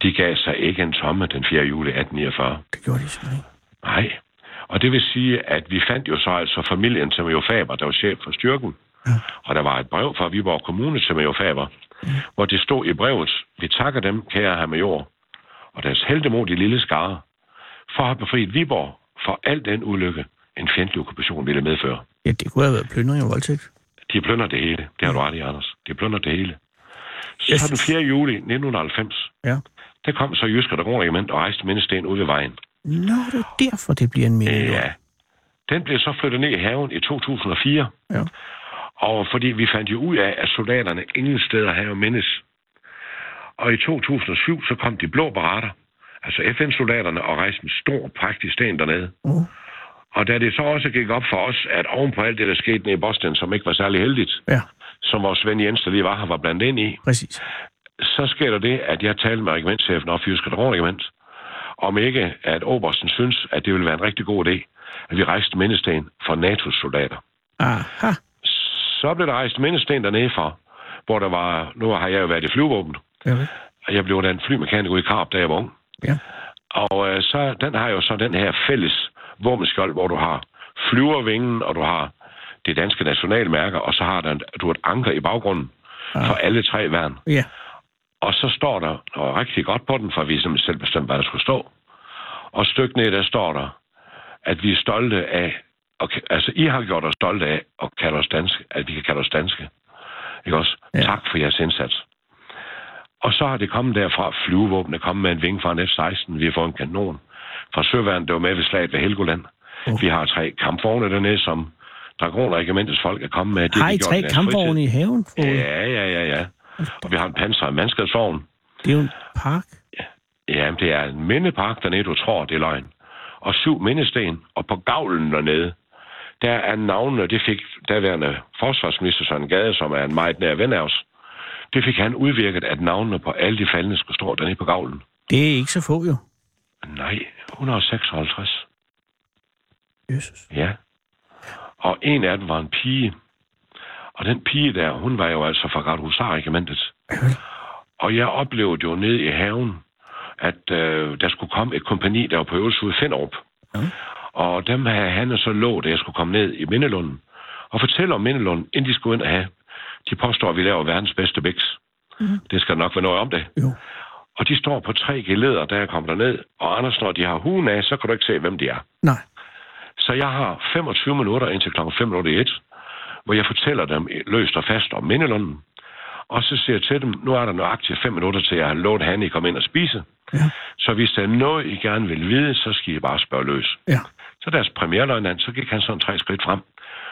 S12: De gav sig ikke en tomme den 4. juli 1849.
S6: det gjorde de simpelthen ikke.
S12: Nej. Og det vil sige, at vi fandt jo så altså familien til Major Faber, der var chef for styrken. Ja. Og der var et brev fra Viborg Kommune til Major Faber, ja. hvor det stod i brevet, vi takker dem, kære herr major, og deres heldemodige lille skare, for at have befriet Viborg for al den ulykke, en fjendtlig okkupation ville medføre.
S6: Ja, det kunne have været plyndring og voldtægt.
S12: De plønder det hele. Det har du ret i, Anders. De plønder det hele. Så
S6: Jeg
S12: yes. den
S6: synes-
S12: 4. juli 1990,
S6: Ja.
S12: der kom så Jysker Dragonregiment og rejste mindesten ud ved vejen.
S6: Nå, det er derfor, det bliver en mening.
S12: Ja. Den blev så flyttet ned i haven i 2004.
S6: Ja.
S12: Og fordi vi fandt jo ud af, at soldaterne ingen steder havde at mindes. Og i 2007, så kom de blå barater, altså FN-soldaterne, og rejste en stor, prægtig sten dernede.
S6: Uh.
S12: Og da det så også gik op for os, at ovenpå alt det, der skete nede i Boston, som ikke var særlig heldigt,
S6: Ja,
S12: som vores ven Jens, der lige var her, var blandt ind i,
S6: præcis.
S12: så sker der det, at jeg talte med regimentschefen og Fyrs Regiment, om ikke, at Obersten synes, at det ville være en rigtig god idé, at vi rejste mindesten for NATO's soldater.
S6: Aha.
S12: Så blev der rejst mindesten dernede fra, hvor der var, nu har jeg jo været i flyvåbnet,
S6: Ja.
S12: og jeg blev den flymekaniker i Karp, da jeg var ung.
S6: Ja.
S12: Og øh, så, den har jo så den her fælles våbenskjold, hvor du har flyvervingen, og du har det danske nationalmærke, og så har der en, du har et anker i baggrunden for alle tre værn.
S6: Ja.
S12: Og så står der, og rigtig godt på den, for vi simpelthen selv bestemte, hvad der skulle stå. Og et stykke ned, der står der, at vi er stolte af, og, ka- altså I har gjort os stolte af, og kalde os danske, at vi kan kalde os danske. Ikke også? Ja. Tak for jeres indsats. Og så har det kommet derfra, flyvevåbnet kommet med en vinge fra en F-16, vi har fået en kanon. Fra Søværnet, der var med ved slaget ved Helgoland. Okay. Vi har tre kampvogne dernede, som Dragonregimentets folk er kommet med. Det har
S6: Har
S12: de
S6: I
S12: gjort i
S6: tre
S12: deres
S6: kampvogne i haven?
S12: fritid. Ja, ja, ja, ja. Og vi har en panseret mandskabsvogn.
S6: Det er jo en park.
S12: Jamen, det er en mindepark dernede, du tror, det er løgn. Og syv mindesten, og på gavlen dernede, der er navnene, det fik daværende forsvarsminister Søren Gade, som er en meget nær ven af os, det fik han udvirket, at navnene på alle de faldende skulle stå dernede på gavlen.
S6: Det er ikke så få, jo.
S12: Nej, 156.
S6: Jesus.
S12: Ja. Og en af dem var en pige. Og den pige der, hun var jo altså fra Gard Husar-regimentet. Og jeg oplevede jo nede i haven, at øh, der skulle komme et kompani, der var på øvelse ude i Finderup. Og dem havde han og så lå, da jeg skulle komme ned i Mindelunden. Og fortælle om Mindelunden, inden de skulle ind og have. De påstår, at vi laver verdens bedste bæks. Mm. Det skal der nok være noget om det.
S6: Jo.
S12: Og de står på tre geleder, da jeg kom derned. Og Anders, når de har huen af, så kan du ikke se, hvem de er.
S6: Nej.
S12: Så jeg har 25 minutter indtil kl. 5.01, hvor jeg fortæller dem løst og fast om Mindelunden. Og så siger jeg til dem, nu er der nøjagtigt 5 minutter til, jeg har lovet Hanne at komme ind og spise.
S6: Ja.
S12: Så hvis der er noget, I gerne vil vide, så skal I bare spørge løs.
S6: Ja.
S12: Så deres premierløgnand, så gik han sådan tre skridt frem.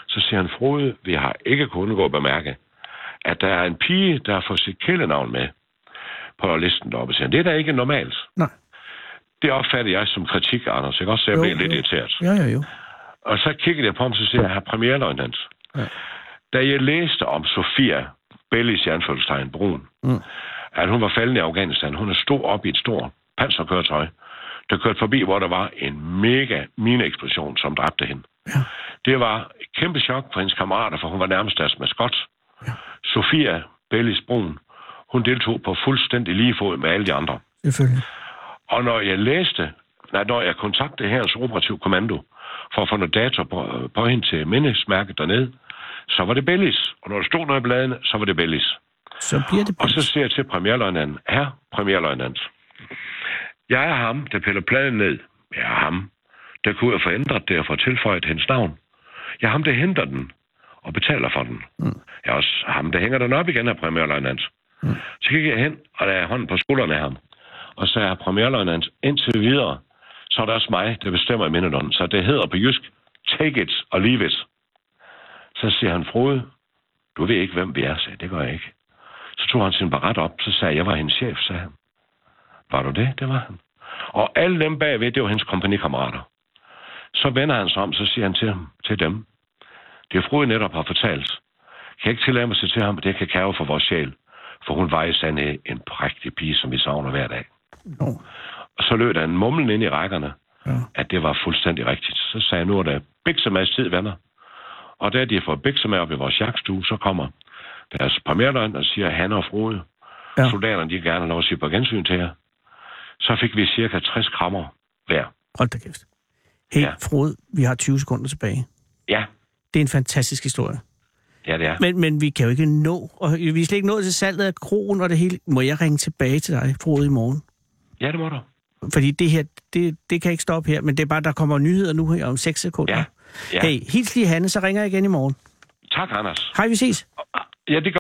S12: Så siger han, Frode, vi har ikke kunnet undgå at bemærke, at der er en pige, der har fået sit kælenavn med på listen deroppe. Siger han, det er da ikke normalt.
S6: Nej.
S12: Det opfatter jeg som kritik, Anders. Ikke også? Så jeg
S6: Jo,
S12: blev lidt
S6: jo.
S12: irriteret.
S6: Ja, ja, jo.
S12: Og så kiggede jeg på ham, så siger jeg, herr premierløjtnant,
S6: Ja.
S12: da jeg læste om Sofia Bellis i anførselstegn Brun,
S6: Mm.
S12: at hun var falden i Afghanistan, hun stod op i et stort panserkøretøj, der kørte forbi, hvor der var en mega mineeksplosion, som dræbte hende. Ja. Det var et kæmpe chok for hendes kammerater, for hun var nærmest deres maskot. Ja. Sofia Bellis Brun, hun deltog på fuldstændig lige fod med alle de andre.
S6: Selvfølgelig.
S12: Og når jeg læste, nej, når jeg kontaktede herrens operativ kommando, for at få noget data på, på hende til mindesmærket dernede, så var det Bellis. Og når der stod noget i bladene, så var det Bellis.
S6: Så bliver det...
S12: Og så siger jeg til premierløjtnanten, herre premierløjtnant, jeg er ham, der piller pladen ned. Jeg er ham, der kunne have forændret det og få tilføjet hendes navn. Jeg er ham, der henter den og betaler for den. Mm. Jeg er også ham, der hænger den op igen, herre premierløjtnant. Mm. Så gik jeg hen og lagde hånden på skuldrene af ham. Og så er premierløjtnant indtil videre, så er det også mig, der bestemmer i mindelånden. Så det hedder på jysk, take it og leave it. Så siger han, Frode, du ved ikke, hvem vi er, sagde jeg, det gør jeg ikke. Så tog han sin baret op, så sagde jeg, jeg var hendes chef, sagde han. Var du det? Det var han. Og alle dem bagved, det var hendes kompanikammerater. Så vender han sig om, så siger han til, ham, til dem, det Frode netop har fortalt, kan jeg ikke tillade mig at sige til ham, at det kan kære for vores sjæl, for hun var i sandhed en prægtig pige, som vi savner hver dag.
S6: Nå.
S12: Og så lød der en mumlen ind i rækkerne,
S6: Ja.
S12: at det var fuldstændig rigtigt. Så sagde jeg, nu er der biksemæs tid, venner. Og da de får biksemær op i vores jagtstue, så kommer deres premierløgn og siger, han og Frode,
S6: Ja.
S12: ja. soldaterne, de vil gerne have lov at sige på gensyn til jer. Så fik vi cirka 60 krammer hver.
S6: Hold da kæft. Hey, ja.
S12: Ja.
S6: Frode, vi har 20 sekunder tilbage.
S12: Ja,
S6: Det er en fantastisk historie.
S12: ja det er.
S6: Men, men vi kan jo ikke nå, og vi er slet ikke nået til salget af krogen og det hele. Må jeg ringe tilbage til dig, Frode, i morgen?
S12: Ja, det må du.
S6: Fordi det her, det, det kan ikke stoppe her, men det er bare, der kommer nyheder nu her om 6 sekunder.
S12: Ja. ja.
S6: Hey, hils lige Hanne, så ringer jeg igen i morgen.
S12: Tak, Anders.
S6: Hej, vi ses.
S12: Ah, Ja, det gør